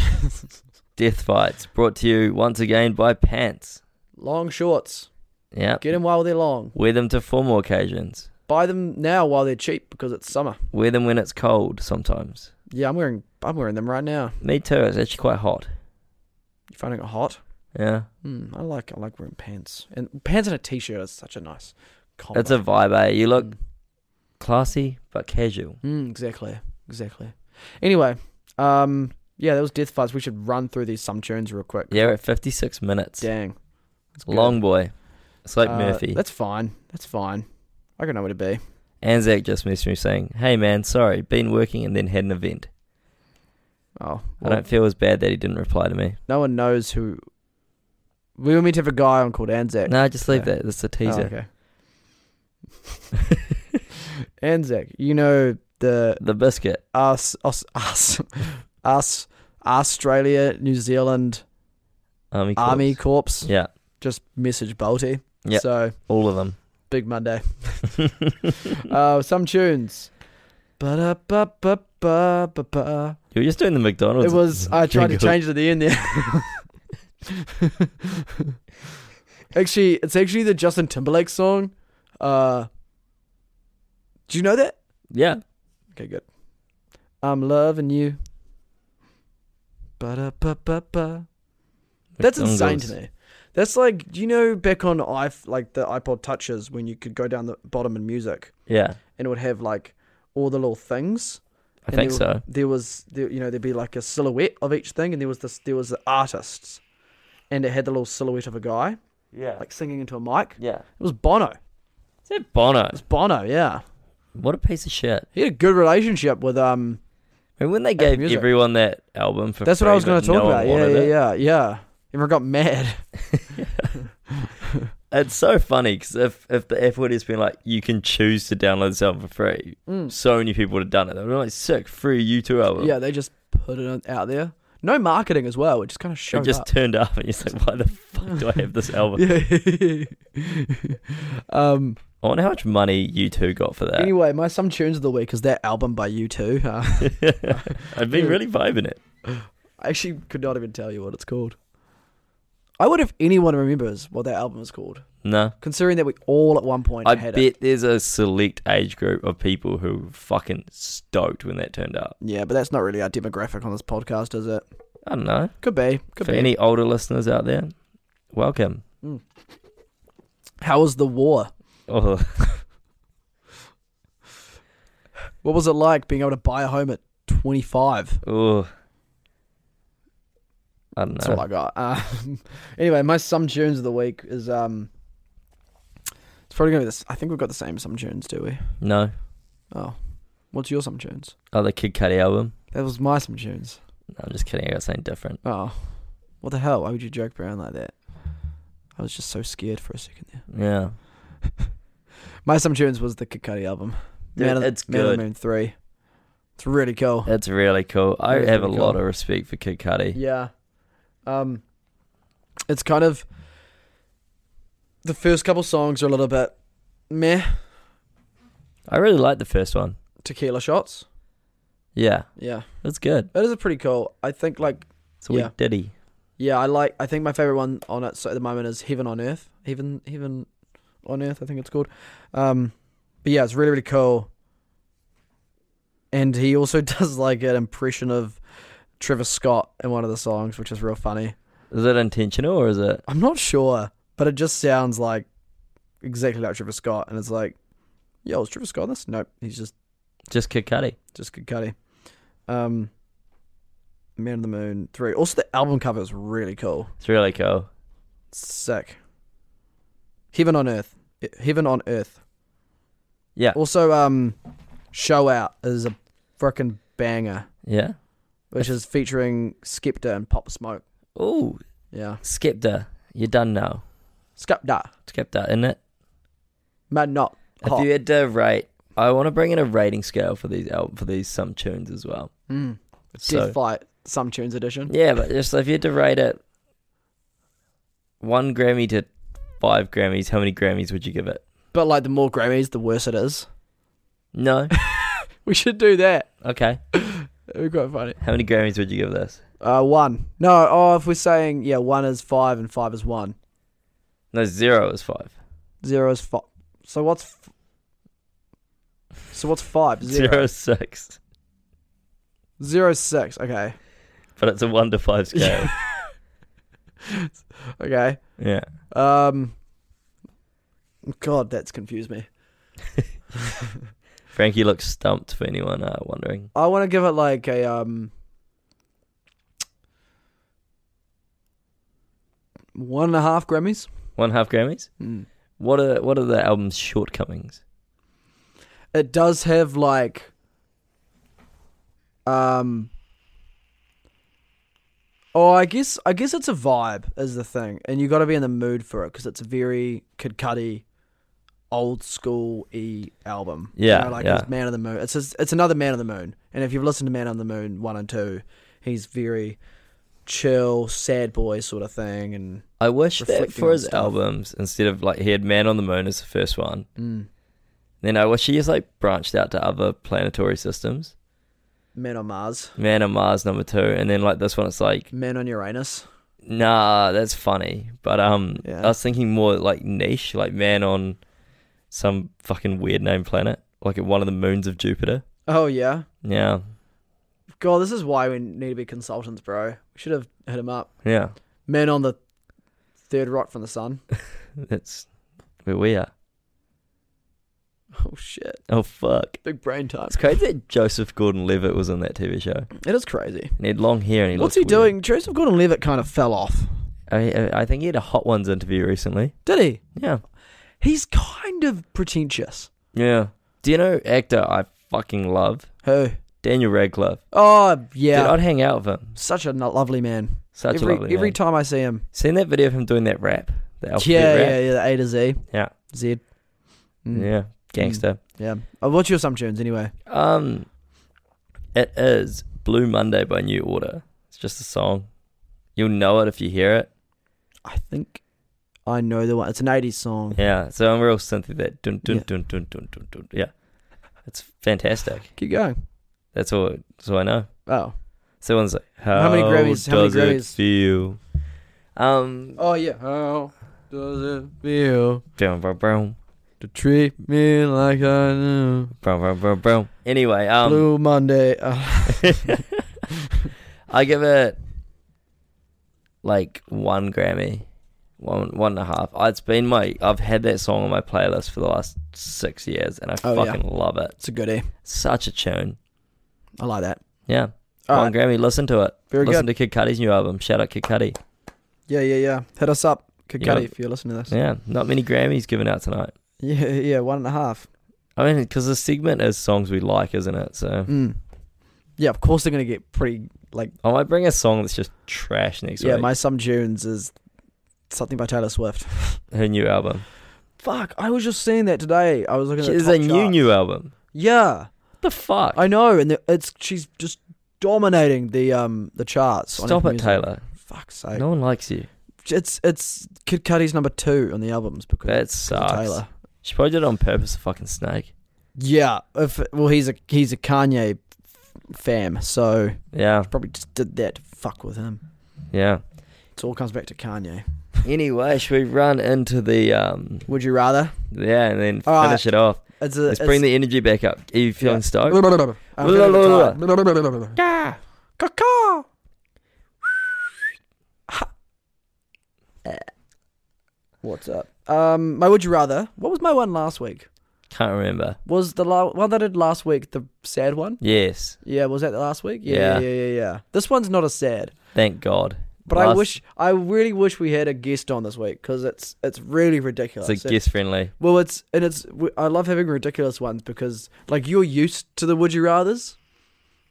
S2: Death Fights brought to you once again by Pants.
S1: long shorts
S2: Yeah.
S1: get them while they're long
S2: Wear them to formal occasions.
S1: buy them now while they're cheap because it's summer
S2: Wear them when it's cold sometimes.
S1: yeah i'm wearing i'm wearing them right now
S2: Me too. It's actually quite hot.
S1: you finding it hot
S2: Yeah.
S1: Hmm, i like i like wearing pants and pants and a t-shirt is such a nice combo. Hmm.
S2: It's a vibe, eh? You look classy but casual.
S1: Mm, exactly. Exactly. Anyway, um, yeah, that was Death Fuzz. We should run through these some tunes real quick.
S2: Yeah, we're at 56 minutes.
S1: Dang. That's good.
S2: Long boy. It's like
S1: Uh,
S2: Murphy.
S1: That's fine. That's fine. I don't know where to be.
S2: Anzac just messaged me saying, Hey man, sorry, been working and then had an event.
S1: Oh,
S2: I
S1: well,
S2: don't feel as bad that he didn't reply to me.
S1: no one knows who. We were meant to have a guy on called Anzac.
S2: No, just leave
S1: Okay.
S2: that. That's
S1: Oh,
S2: a teaser.
S1: okay. Anzac, you know the
S2: The biscuit.
S1: us us us us Australia New Zealand
S2: Army.
S1: Army
S2: Corps.
S1: Corps.
S2: Yeah,
S1: Just message Bolty.
S2: Yep.
S1: So
S2: all of them.
S1: big Monday. uh, some tunes. Ba-da-ba-ba-ba-ba-ba.
S2: You were just doing the McDonald's.
S1: It was. I tried to
S2: jingle.
S1: change it at the end there. actually, it's actually the Justin Timberlake song. Uh, do you know that?
S2: Yeah.
S1: Okay, good. I'm loving you. Ba-da-ba-ba-ba. That's insane to
S2: McDonald's.
S1: me. That's like, do you know back on i like the iPod touches when you could go down the bottom in music
S2: Yeah,
S1: and it would have like all the little things.
S2: I
S1: And
S2: think
S1: there
S2: so.
S1: There was, there, you know, there'd be like a silhouette of each thing, and there was this, there was the artists, and it had the little silhouette of a guy
S2: Yeah.
S1: like singing into a mic. It
S2: yeah.
S1: was Bono.
S2: Is that Bono?
S1: It's Bono. Yeah,
S2: What a piece of shit.
S1: he had a good relationship with um.
S2: Remember when they
S1: Apple
S2: gave
S1: Music.
S2: everyone that album for
S1: That's what
S2: free,
S1: I was going
S2: but
S1: to talk
S2: no one
S1: about. Yeah,
S2: wanted
S1: yeah,
S2: it?
S1: yeah, yeah. Everyone got mad.
S2: It's so funny because if, if the F word has been like, you can choose to download this album for free, so many people would have done it. They would have been like, sick, free U2 album.
S1: Yeah, they just put it out there. No marketing as well. It just kind of
S2: It
S1: showed
S2: just
S1: up.
S2: turned up and you're just like, why the fuck do I have this album?
S1: yeah. um.
S2: I wonder how much money U2 got for that.
S1: Anyway, my some tunes of the week is that album by U2. Uh,
S2: I've been
S1: Yeah.
S2: really vibing it.
S1: I actually could not even tell you what it's called. I would if anyone remembers what that album is called,
S2: No.
S1: considering that we all at one point
S2: I
S1: had
S2: bet
S1: it.
S2: there's a select age group of people who were fucking stoked when that turned up.
S1: Yeah, but that's not really our demographic on this podcast, is it?
S2: I don't know.
S1: Could be. Could
S2: For
S1: be.
S2: any older listeners out there, welcome.
S1: How was the war?
S2: Oh,
S1: What was it like being able to buy a home at 25?
S2: oh. I don't
S1: That's
S2: know.
S1: all I got. Um, anyway, my some tunes of the week is um, it's probably gonna be this. I think we've got the same some tunes, do we?
S2: no.
S1: Oh, what's your some tunes?
S2: Oh, the Kid Cudi album.
S1: That was my some tunes.
S2: No, I'm just kidding. I got something different.
S1: Oh, what the hell? Why would you joke around like that? I was just so scared for a second there.
S2: Yeah.
S1: My some tunes was the Kid Cudi album.
S2: Dude,
S1: Man of,
S2: it's
S1: Man of
S2: good.
S1: the Moon three. It's really cool.
S2: It's really cool. I
S1: It is
S2: have a
S1: really
S2: lot
S1: cool.
S2: of respect for Kid Cudi.
S1: Yeah. Um it's kind of the first couple songs are a little bit meh
S2: I really like the first one.
S1: tequila shots.
S2: Yeah,
S1: Yeah.
S2: it's good.
S1: It is a pretty cool. I think like
S2: It's a weak
S1: Yeah.
S2: ditty.
S1: yeah, I like I think my favorite one on it so at the moment is Heaven on Earth. Heaven Heaven on Earth, I think it's called. Um but yeah, it's really really cool. And he also does like an impression of Trevor Scott in one of the songs, which is real funny.
S2: Is it intentional or is it?
S1: I'm not sure, but it just sounds like exactly like Trevor Scott, and it's like, yo, is Trevor Scott in this? Nope, he's just
S2: Just Kid Cudi.
S1: just Kid Cudi. Um, Man of the Moon three. Also, the album cover is really cool,
S2: It's really cool.
S1: sick. Heaven on Earth, Eh, Heaven on Earth.
S2: Yeah.
S1: Also, um, Show Out is a frickin' banger,
S2: Yeah.
S1: which is featuring Skepta and Pop Smoke.
S2: Ooh,
S1: Yeah,
S2: Skepta. You're done now.
S1: Skepta,
S2: Skepta, isn't it?
S1: Mad Not.
S2: If
S1: Hot.
S2: you e- had to rate, I want to bring in a rating scale for these al- for these some tunes as well.
S1: Mm.
S2: So
S1: Death Fight, Some Tunes edition.
S2: yeah, but just if you had to rate it, one Grammy to five Grammys, how many Grammys would you give it?
S1: But like the more Grammys, the worse it is.
S2: No.
S1: We should do that.
S2: okay.
S1: It'd be quite funny.
S2: How many Grammys would you give this?
S1: Uh, one. No. Oh, if we're saying yeah, one is five and five is one.
S2: No, zero is five.
S1: Zero is five. So what's f- so what's five?
S2: Zero
S1: Zero.
S2: is six.
S1: Zero is six. Okay.
S2: But it's a one to five scale.
S1: Okay.
S2: yeah.
S1: Um. God, that's confused me.
S2: Frankie looks stumped for anyone uh, wondering.
S1: I want to give it like a um. One and a half Grammys.
S2: One half Grammys?
S1: Mm.
S2: What are what are the album's shortcomings?
S1: it does have like um oh i guess i guess it's a vibe is the thing and you got to be in the mood for it because it's a very kid Cudi, old school e album
S2: Yeah,
S1: like
S2: yeah.
S1: his man of the moon it's his, it's another man of the moon and if you've listened to man on the moon one and two he's very chill sad boy sort of thing and
S2: I wish that
S1: Reflecting
S2: for
S1: on
S2: his
S1: stuff.
S2: albums, instead of like he had Man on the Moon as the first one,
S1: mm,
S2: then I wish he just like branched out to other planetary systems.
S1: man on mars
S2: Man on Mars number two, and then like this one, it's like
S1: man on uranus
S2: nah, that's funny. But um,
S1: Yeah.
S2: I was thinking more like niche, like Man on some fucking weird name planet, like at one of the moons of Jupiter.
S1: oh yeah
S2: Yeah,
S1: God, this is why we need to be consultants, bro. We should have hit him up.
S2: yeah,
S1: Man on the third rock from the sun.
S2: that's where we are.
S1: Oh shit,
S2: Oh fuck.
S1: big brain time.
S2: It's crazy that Joseph Gordon-Levitt was on that TV show.
S1: It is crazy.
S2: And he had long hair and he
S1: What's he
S2: looked weird.
S1: doing? Joseph Gordon-Levitt kind of fell off.
S2: I, I- I think he had a Hot Ones interview recently.
S1: Did he?
S2: Yeah.
S1: He's kind of pretentious.
S2: Yeah. Do you know actor I fucking love?
S1: Who?
S2: Daniel Radcliffe.
S1: Oh yeah,
S2: Dude, I'd hang out with him.
S1: such a no- lovely man.
S2: Such
S1: every
S2: a lovely
S1: every
S2: man.
S1: time I see him,
S2: Seen that video of him doing that rap? The alphabet
S1: yeah, yeah,
S2: rap?
S1: yeah, the A to Z.
S2: Yeah.
S1: Z. Mm,
S2: Yeah. Gangster.
S1: yeah. Oh, what's your some tunes anyway?
S2: Um, it is Blue Monday by New Order. It's just a song. You'll know it if you hear it.
S1: I think I know the one. It's an '80s song.
S2: Yeah. So I'm real synthy that. Dun, dun,
S1: Mm-hmm. Yeah.
S2: dun, dun, dun, dun, dun. Yeah. It's fantastic.
S1: Keep going.
S2: That's all, that's all I know.
S1: Oh.
S2: So one's like, how,
S1: How many Grammys-
S2: Does
S1: how many
S2: it
S1: Grammys?
S2: feel? Um,
S1: Oh yeah. How does it feel?
S2: brum, brum, brum,
S1: to treat me like I knew.
S2: brum, brum, brum, brum. Anyway, um,
S1: Blue Monday. Uh,
S2: I give it like one Grammy, one one and a half. It's been my I've had that song on my playlist for the last six years, and I
S1: Oh, yeah.
S2: fucking love it.
S1: it's a goodie.
S2: Such a tune.
S1: I like that.
S2: Yeah,
S1: All
S2: one
S1: right.
S2: Grammy. Listen to it.
S1: Very
S2: listen
S1: good.
S2: to Kid Cudi's new album. Shout out Kid Cudi.
S1: Yeah, yeah, yeah. Hit us up, Kid
S2: Yeah.
S1: Cudi, if you're listening to this.
S2: Yeah, not many Grammys given out tonight.
S1: Yeah, yeah, one and a half.
S2: I mean, because the segment is songs we like, isn't it? So
S1: Mm. Yeah, of course they're gonna get pretty. Like,
S2: I might bring a song that's just trash next
S1: yeah,
S2: week.
S1: my some tunes is something by Taylor Swift.
S2: Her new album.
S1: Fuck, I was just seeing that today. I was looking at.
S2: There's
S1: the
S2: a
S1: top
S2: new
S1: charts.
S2: new album.
S1: Yeah,
S2: the fuck?
S1: I know, and the, it's she's just dominating the um the charts. on
S2: Stop
S1: Apple
S2: it,
S1: Music.
S2: Taylor.
S1: Fuck's sake.
S2: no one likes you.
S1: It's it's Kid Cudi's number two on the albums because
S2: That
S1: because of
S2: sucks.
S1: Taylor.
S2: She probably did it on purpose. The fucking snake.
S1: Yeah, if well he's a he's a Kanye fam, so
S2: Yeah,
S1: probably just did that to fuck with him.
S2: yeah.
S1: It all comes back to Kanye.
S2: Anyway, should we run into the um?
S1: Would you rather?
S2: Yeah, and then
S1: All
S2: finish it off.
S1: It's a,
S2: Let's bring the energy back up. Are you feeling stoked?
S1: Caca. What's up? Um, my would you rather? What was my one last week?
S2: Can't remember.
S1: Was the la- one that I did last week the sad one?
S2: Yes,
S1: Yeah, was that the last week? yeah,
S2: Yeah.
S1: yeah, yeah. yeah. This one's not as sad.
S2: thank God.
S1: But I
S2: Last-
S1: wish, I really wish we had a guest on this week because it's it's really ridiculous.
S2: it's a
S1: It-
S2: guest friendly.
S1: well, it's and it's w- I love having ridiculous ones because like you're used to the would you rather's,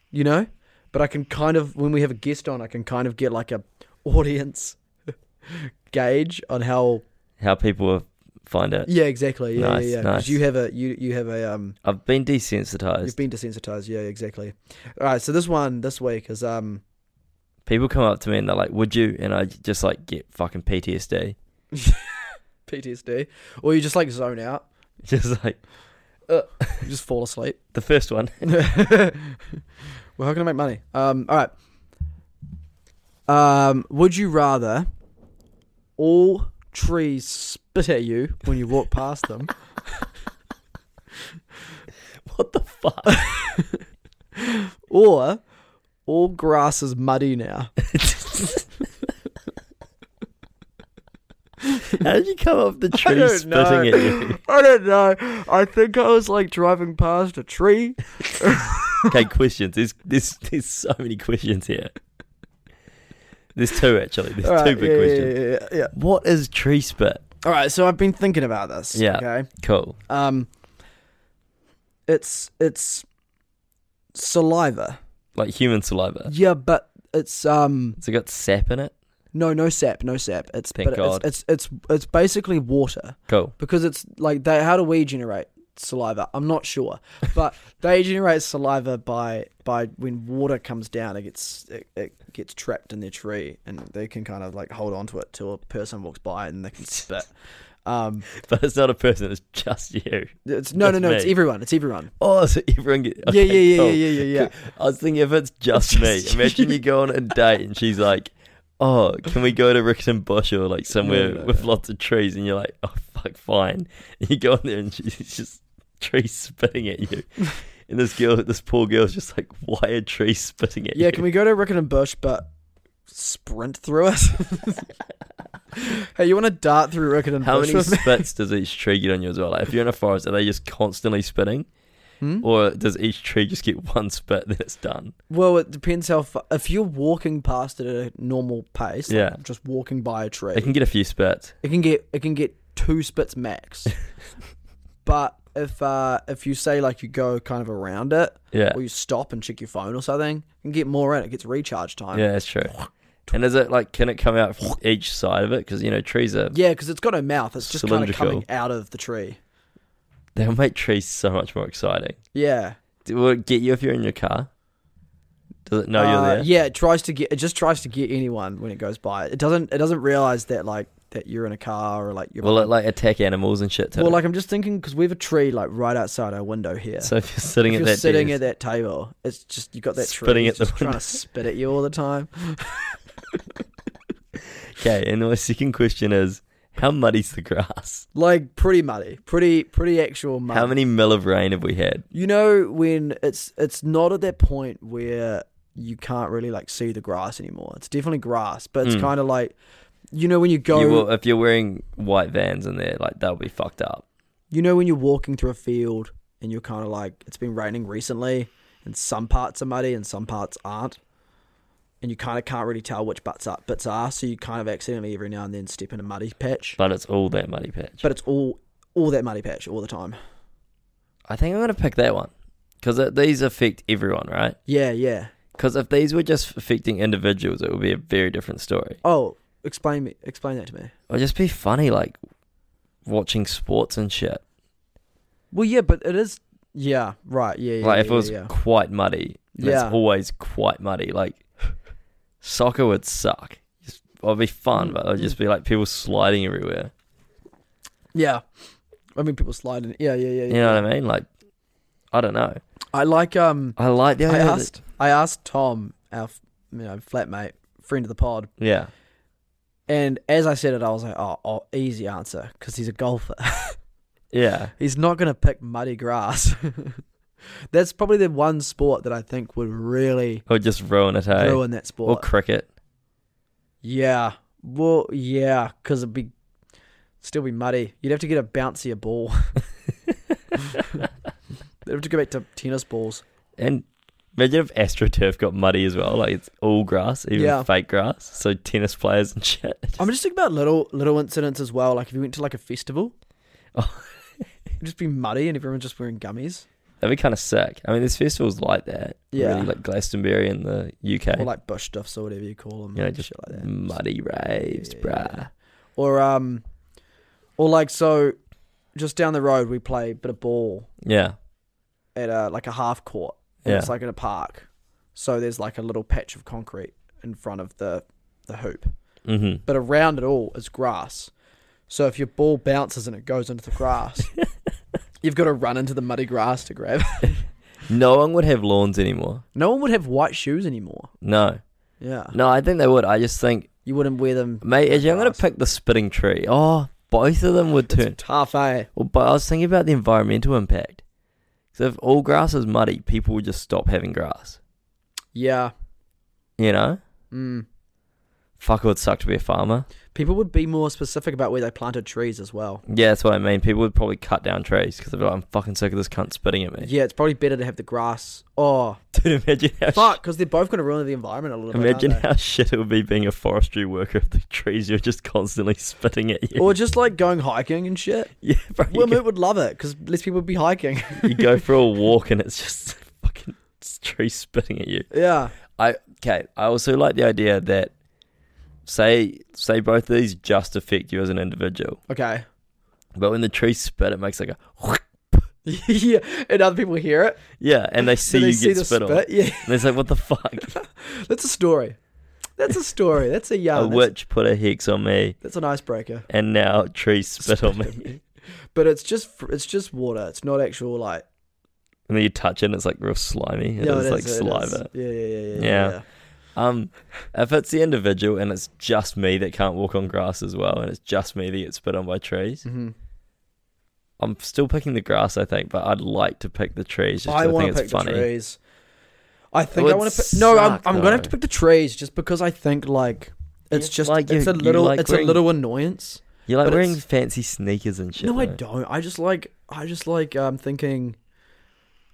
S1: you know, but I can kind of when we have a guest on, I can kind of get like a audience gauge on how.
S2: How people will find it.
S1: Yeah, exactly. Yeah,
S2: Nice,
S1: yeah, yeah. 'Cause
S2: nice.
S1: you have a you you have a um
S2: I've been desensitized.
S1: you've been desensitized. Yeah, exactly. All right, so this one this week is um
S2: people come up to me and they're like, "Would you?" And I just like get fucking PTSD.
S1: PTSD, or you just like zone out,
S2: Just like
S1: you just fall asleep.
S2: the first one.
S1: well, how can I make money? Um, all right. Um, would you rather all trees spit at you when you walk past them,
S2: what the fuck?
S1: or all grass is muddy now?
S2: How did you come up with the
S1: I
S2: tree
S1: don't
S2: spitting
S1: know.
S2: at you?
S1: I don't know. I think I was like driving past a tree.
S2: Okay, questions. There's there's there's so many questions here. There's two actually. There's
S1: All right,
S2: two big
S1: yeah, yeah,
S2: questions.
S1: yeah, yeah, yeah.
S2: What is tree spit?
S1: All right. So I've been thinking about this.
S2: Yeah.
S1: Okay.
S2: Cool.
S1: Um, it's it's saliva.
S2: Like human saliva.
S1: Yeah, but it's um.
S2: Has it got sap in it?
S1: No, no sap, no sap. It's
S2: Thank
S1: but
S2: God.
S1: It's, it's it's it's basically water
S2: Cool.
S1: because it's like they how do we generate saliva? I'm not sure, but they generate saliva by by when water comes down, it gets it, it gets trapped in their tree, and they can kind of like hold on to it till a person walks by and they can spit. Um,
S2: But it's not a person. It's just you.
S1: it's no, no,
S2: That's
S1: no. It's
S2: me.
S1: everyone. It's everyone.
S2: Oh, so everyone get
S1: Yeah,
S2: okay,
S1: yeah, yeah,
S2: cool.
S1: yeah, yeah, yeah, yeah.
S2: I was thinking if it's just me,
S1: just
S2: imagine you go on a date and she's like, "Oh, can we go to Rickson Bush or like somewhere
S1: no,
S2: with lots of trees?" And you're like, "Oh, fuck, fine." And you go in there and she's just trees spitting at you, and this girl, this poor girl's just like, "Why are trees spitting at you?"
S1: Yeah, can we go to Rickon and Bush, but sprint through it? hey, you want to dart through Rickon and
S2: How
S1: Bush?
S2: many
S1: with me?
S2: spits does each tree get on you as well? Like, if you're in a forest, are they just constantly spitting,
S1: Hmm?
S2: or does each tree just get one spit then it's done?
S1: Well, it depends how. Fa- if you're walking past it at a normal pace, like
S2: Yeah.
S1: just walking by a tree,
S2: They can get a few spits.
S1: it can get it can get two spits max. but if uh, if you say like you go kind of around it,
S2: Yeah,
S1: or you stop and check your phone or something, you can get more in. It gets recharge time.
S2: yeah, that's true. And is it like can it come out each side of it? Because you know trees are
S1: Yeah, because it's got no mouth. It's just kind of
S2: Cylindrical.
S1: coming out of the tree.
S2: They'll make trees so much more exciting.
S1: Yeah.
S2: Do- Will it get you if you're in your car? Does it know
S1: Uh,
S2: you're there?
S1: Yeah, it tries to get. It just tries to get anyone when it goes by. It doesn't. It doesn't realize that like that you're in a car or like you're.
S2: Will it like attack animals and shit too?
S1: well, like I'm just thinking because we have a tree like right outside our window here.
S2: so if you're sitting
S1: if
S2: at
S1: you're
S2: that
S1: sitting
S2: desk,
S1: at that table, it's just you got that
S2: Spitting
S1: tree
S2: at the
S1: just trying
S2: window.
S1: to spit at you all the time.
S2: okay. And my second question is, how muddy's the grass?
S1: Like pretty muddy, pretty pretty actual mud.
S2: How many mill of rain have we had?
S1: you know when it's it's not at that point where you can't really like see the grass anymore. It's definitely grass, but it's
S2: Mm.
S1: kind of like you know when you go
S2: You will, if you're wearing white vans in there, like they'll be fucked up.
S1: You know when you're walking through a field and you're kind of like it's been raining recently and some parts are muddy and some parts aren't. And you kind of can't really tell which bits are, bits are, so you kind of accidentally every now and then step in a muddy patch.
S2: But it's all that muddy patch.
S1: But it's all all that muddy patch all the time.
S2: I think I'm gonna pick that one because these affect everyone, right?
S1: Yeah, yeah.
S2: Because if these were just affecting individuals, it would be a very different story.
S1: Oh, explain me, explain that to me.
S2: Or just be funny, like watching sports and shit.
S1: Well, yeah, but it is Yeah, right. Yeah, yeah.
S2: like
S1: yeah,
S2: if it was
S1: yeah, yeah.
S2: quite muddy, and
S1: Yeah.
S2: it's always quite muddy. Like soccer would suck. Just, well, it'd be fun, but it'd just be like people sliding everywhere.
S1: Yeah. I mean, people sliding. Yeah, yeah, yeah. yeah.
S2: You know what I mean? Like, I don't know.
S1: I like um.
S2: I like the
S1: I
S2: idea. that-
S1: asked. I asked Tom, our f- you know flatmate, friend of the pod,
S2: yeah,
S1: and as I said it, I was like, oh, oh easy answer, because he's a golfer.
S2: yeah,
S1: he's not gonna pick muddy grass. That's probably the one sport that I think would really
S2: or just ruin it. Hey,
S1: ruin that sport.
S2: or cricket.
S1: Yeah. Well, yeah, because it'd be still be muddy. You'd have to get a bouncier ball. They'd have to go back to tennis balls.
S2: And imagine if AstroTurf got muddy as well. Like it's all grass, even
S1: Yeah.
S2: fake grass. So tennis players and shit.
S1: I'm just thinking about little little incidents as well. Like if you went to like a festival,
S2: Oh.
S1: it'd just be muddy and everyone's just wearing gummies
S2: That'd be kind of sick. I mean, there's festivals like that.
S1: Yeah.
S2: really, like Glastonbury in the UK.
S1: or like bush stuffs or whatever you call them.
S2: you know,
S1: and
S2: just
S1: shit like that.
S2: muddy raves,
S1: Yeah.
S2: bruh.
S1: Or um, or like so, just down the road we play a bit of ball
S2: Yeah,
S1: at a like a half court. And
S2: yeah.
S1: It's like in a park. So there's like a little patch of concrete in front of the the hoop.
S2: mm-hmm.
S1: But around it all is grass. So if your ball bounces and it goes into the grass, you've got to run into the muddy grass to grab.
S2: No one would have lawns anymore.
S1: No one would have white shoes anymore.
S2: No,
S1: Yeah.
S2: no, I think they would. I just think,
S1: You wouldn't wear them.
S2: mate, actually, I'm gonna
S1: Grass.
S2: pick the spitting tree. Oh, both of them would turn.
S1: It's tough, eh?
S2: Well, but I was thinking about the environmental impact. So if all grass is muddy, people would just stop having grass.
S1: Yeah.
S2: You know,
S1: Mm.
S2: fuck, it would suck to be a farmer.
S1: People would be more specific about where they planted trees as well.
S2: Yeah, that's what I mean. People would probably cut down trees because they'd be like, I'm fucking sick of this cunt spitting at me.
S1: Yeah, it's probably better to have the grass. Oh,
S2: Dude, imagine how
S1: fuck, because they're both going to ruin the environment a little bit. aren't
S2: Imagine
S1: they?
S2: how shit it would be being a forestry worker if the trees are just constantly spitting at you.
S1: Or just like going hiking and shit.
S2: yeah, bro, you,
S1: Well,
S2: go,
S1: Moot would love it because less people would be hiking.
S2: you go for a walk and it's just fucking trees spitting at you.
S1: yeah.
S2: Okay, I also like the idea that say say both of these just affect you as an individual,
S1: Okay.
S2: but when the trees spit, it makes like a
S1: yeah. And other people hear it.
S2: yeah, and they see
S1: Do they
S2: you
S1: see
S2: get
S1: the
S2: spit, on, and
S1: Yeah.
S2: it's like what the fuck?
S1: That's a story. That's a story. That's a yarn.
S2: a
S1: That's,
S2: witch put a hex on me,
S1: that's an icebreaker.
S2: and now trees spit, on
S1: Spit
S2: me.
S1: at me. But it's just fr- it's just water. It's not actual like.
S2: And then you touch it, and it's like real slimy. It
S1: Yeah,
S2: is
S1: it
S2: like
S1: is, it is.
S2: saliva.
S1: Yeah, yeah, yeah, yeah.
S2: Yeah.
S1: yeah. yeah.
S2: Um, if it's the individual and it's just me that can't walk on grass as well, and it's just me that gets spit on by trees,
S1: Mhm.
S2: I'm still picking the grass, I think. But I'd like to pick the trees just 'cause
S1: I
S2: I,
S1: want
S2: think
S1: to
S2: it's
S1: pick
S2: funny.
S1: the trees. I think I
S2: would
S1: want to. pick... No, I'm,
S2: suck,
S1: I'm gonna have to
S2: though.
S1: pick the trees just because I think like it's
S2: Yeah,
S1: just
S2: like, you-
S1: it's a
S2: you
S1: little
S2: like
S1: it's
S2: wearing-
S1: a little annoyance.
S2: You're like
S1: but
S2: wearing
S1: it's-
S2: fancy sneakers and shit.
S1: no, I
S2: though.
S1: don't. I just like I just like um thinking.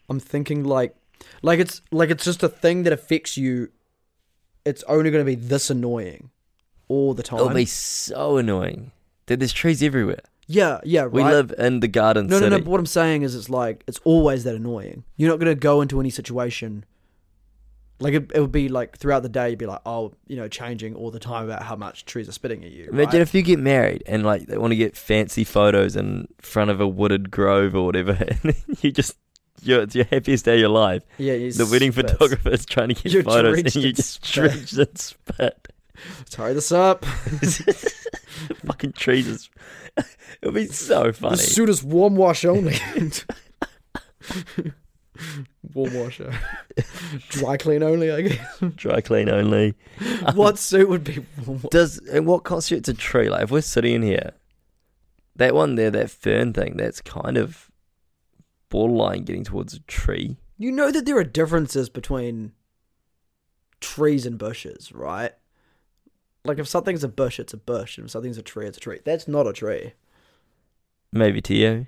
S1: I'm thinking like, like it's like it's just a thing that affects you. It's only gonna be this annoying, all the
S2: It'll
S1: time.
S2: be so annoying. Dude, there's trees everywhere.
S1: yeah, yeah, right.
S2: We live in the garden
S1: no, no,
S2: city.
S1: no. But what I'm saying is, it's like it's always that annoying. You're not gonna go into any situation. Like it, it would be like throughout the day, you'd be like, oh, you know, changing all the time about how much trees are spitting at you.
S2: Imagine
S1: right?
S2: if you get married and like they want to get fancy photos in front of a wooded grove or whatever, and then you just you're, it's your happiest day of your life.
S1: yeah, you
S2: The wedding
S1: spits.
S2: photographer is trying to get
S1: You're
S2: photos, and
S1: drenched
S2: you
S1: in
S2: just
S1: spit.
S2: drenched in spit.
S1: Tie this up.
S2: Fucking trees is. It'd be so funny.
S1: The suit is warm wash only. warm washer. Dry clean only, I guess.
S2: Dry clean only.
S1: What suit would be warm wash?
S2: Does and what constitutes a tree? Like if we're sitting in here, that one there, that fern thing, that's kind of borderline getting towards a tree.
S1: You know that there are differences between trees and bushes, right? Like if something's a bush, it's a bush, and if something's a tree, it's a tree. That's not a tree.
S2: Maybe to you.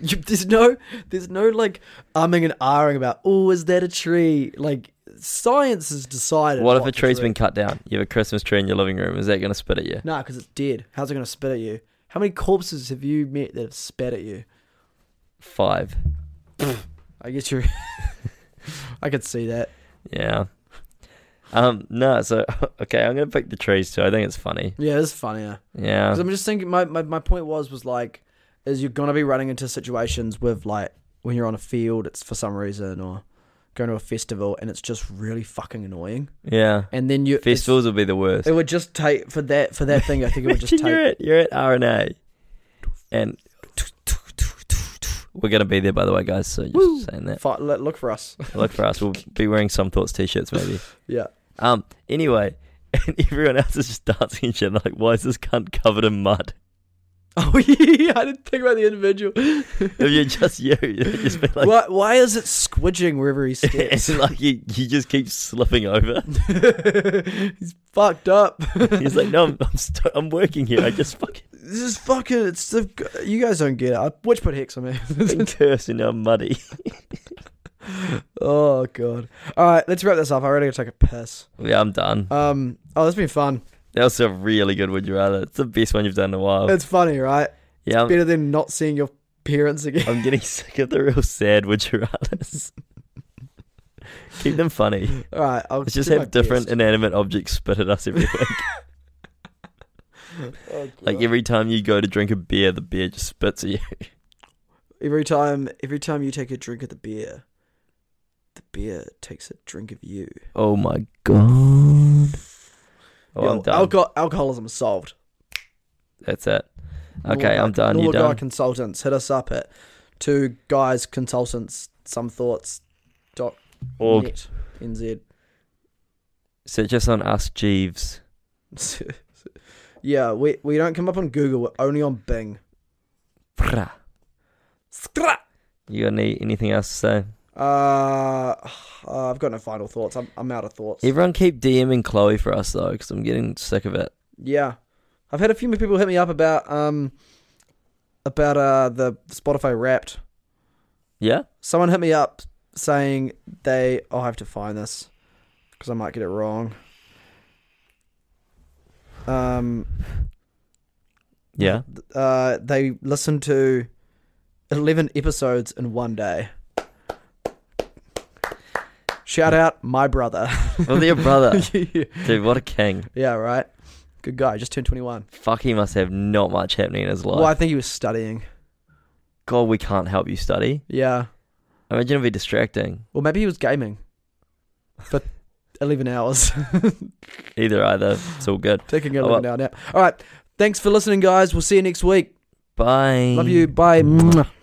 S1: You, there's no, there's no like umming and ahhing about. Oh, is that a tree? Like science has decided.
S2: What if a
S1: what's
S2: tree's
S1: tree.
S2: been cut down? You have a Christmas tree in your living room. Is that going to spit at you?
S1: Nah, because it's dead. How's it going to spit at you? How many corpses have you met that have spat at you?
S2: Five.
S1: I guess you're. I could see that.
S2: Yeah. Um. No. So okay, I'm going to pick the trees too. I think it's funny.
S1: Yeah, it's funnier.
S2: Yeah.
S1: Because I'm just thinking, my, my, my point was, was like, is you're going to be running into situations with like when you're on a field, it's for some reason, or going to a festival, and it's just really fucking annoying.
S2: Yeah.
S1: And then you it's-
S2: Festivals would be the worst.
S1: It would just take for that for that thing. I think it would just
S2: Imagine
S1: take.
S2: You're at, you're at RNA, and we're gonna be there. By the way, guys. So you're saying that.
S1: Fi- look look for us.
S2: Look for us. We'll be wearing some thoughts t-shirts, maybe.
S1: Yeah.
S2: Um. Anyway, and everyone else is just dancing each other. Like, why is this cunt covered in mud?
S1: Oh yeah, I didn't think about the individual.
S2: If you're just you, it'd just be like,
S1: why, why is it squidging wherever he
S2: it's
S1: steps?
S2: like you, you just keep slipping over.
S1: He's fucked up.
S2: He's like, no, I'm I'm, st- I'm working here. I just fucking
S1: This is fucking. It's the, you guys don't get it. I, which put hex on me?
S2: been cursed and now I'm muddy.
S1: oh god. All right, let's wrap this up. I already gotta take a piss.
S2: Yeah, I'm done.
S1: Um. Oh, that's been fun.
S2: That was a really good Would You Rather. It's the best one you've done in a while.
S1: It's funny, right?
S2: yeah, I'm,
S1: Better than not seeing your parents again.
S2: I'm getting sick of the real sad Would You Rathers. Keep them funny.
S1: All right, I'll
S2: Let's just
S1: do my
S2: have different
S1: best.
S2: inanimate objects spit at us every week.
S1: Oh,
S2: like
S1: God.
S2: every time you go to drink a beer, the beer just spits at you.
S1: Every time, every time you take a drink of the beer, the beer takes a drink of you.
S2: Oh my god. Oh, I'm
S1: Yo,
S2: done.
S1: alco- alcoholism is solved.
S2: That's it. Okay, I'm done. You
S1: Normal
S2: done?
S1: Guy Consultants, hit us up at two guys consultants. Some thoughts. Dot
S2: Org.
S1: net, nz.
S2: Search us on Ask Jeeves.
S1: yeah, we we don't come up on Google. We're only on Bing.
S2: Prah.
S1: Skra!
S2: You got any, anything else to say?
S1: Uh, uh, I've got no final thoughts. I'm I'm out of thoughts.
S2: Everyone keep DMing Chloe for us though, because I'm getting sick of it.
S1: Yeah, I've had a few more people hit me up about um about uh the Spotify Wrapped.
S2: Yeah.
S1: Someone hit me up saying they I'll have to find this because I might get it wrong. Um,
S2: Yeah.
S1: th- uh, they listened to eleven episodes in one day. Shout out my brother.
S2: Well, Oh, your brother, dude. What a king.
S1: yeah, right. Good guy. Just turned twenty-one.
S2: Fuck, he must have not much happening in his life.
S1: Well, I think he was studying.
S2: God, we can't help you study.
S1: Yeah.
S2: Imagine it'd be distracting.
S1: Well, maybe he was gaming for 11 hours.
S2: Either either. It's all good.
S1: Taking an
S2: Oh,
S1: 11 hour nap. All right. Thanks for listening, guys. We'll see you next week.
S2: Bye.
S1: Love you. Bye. Mwah.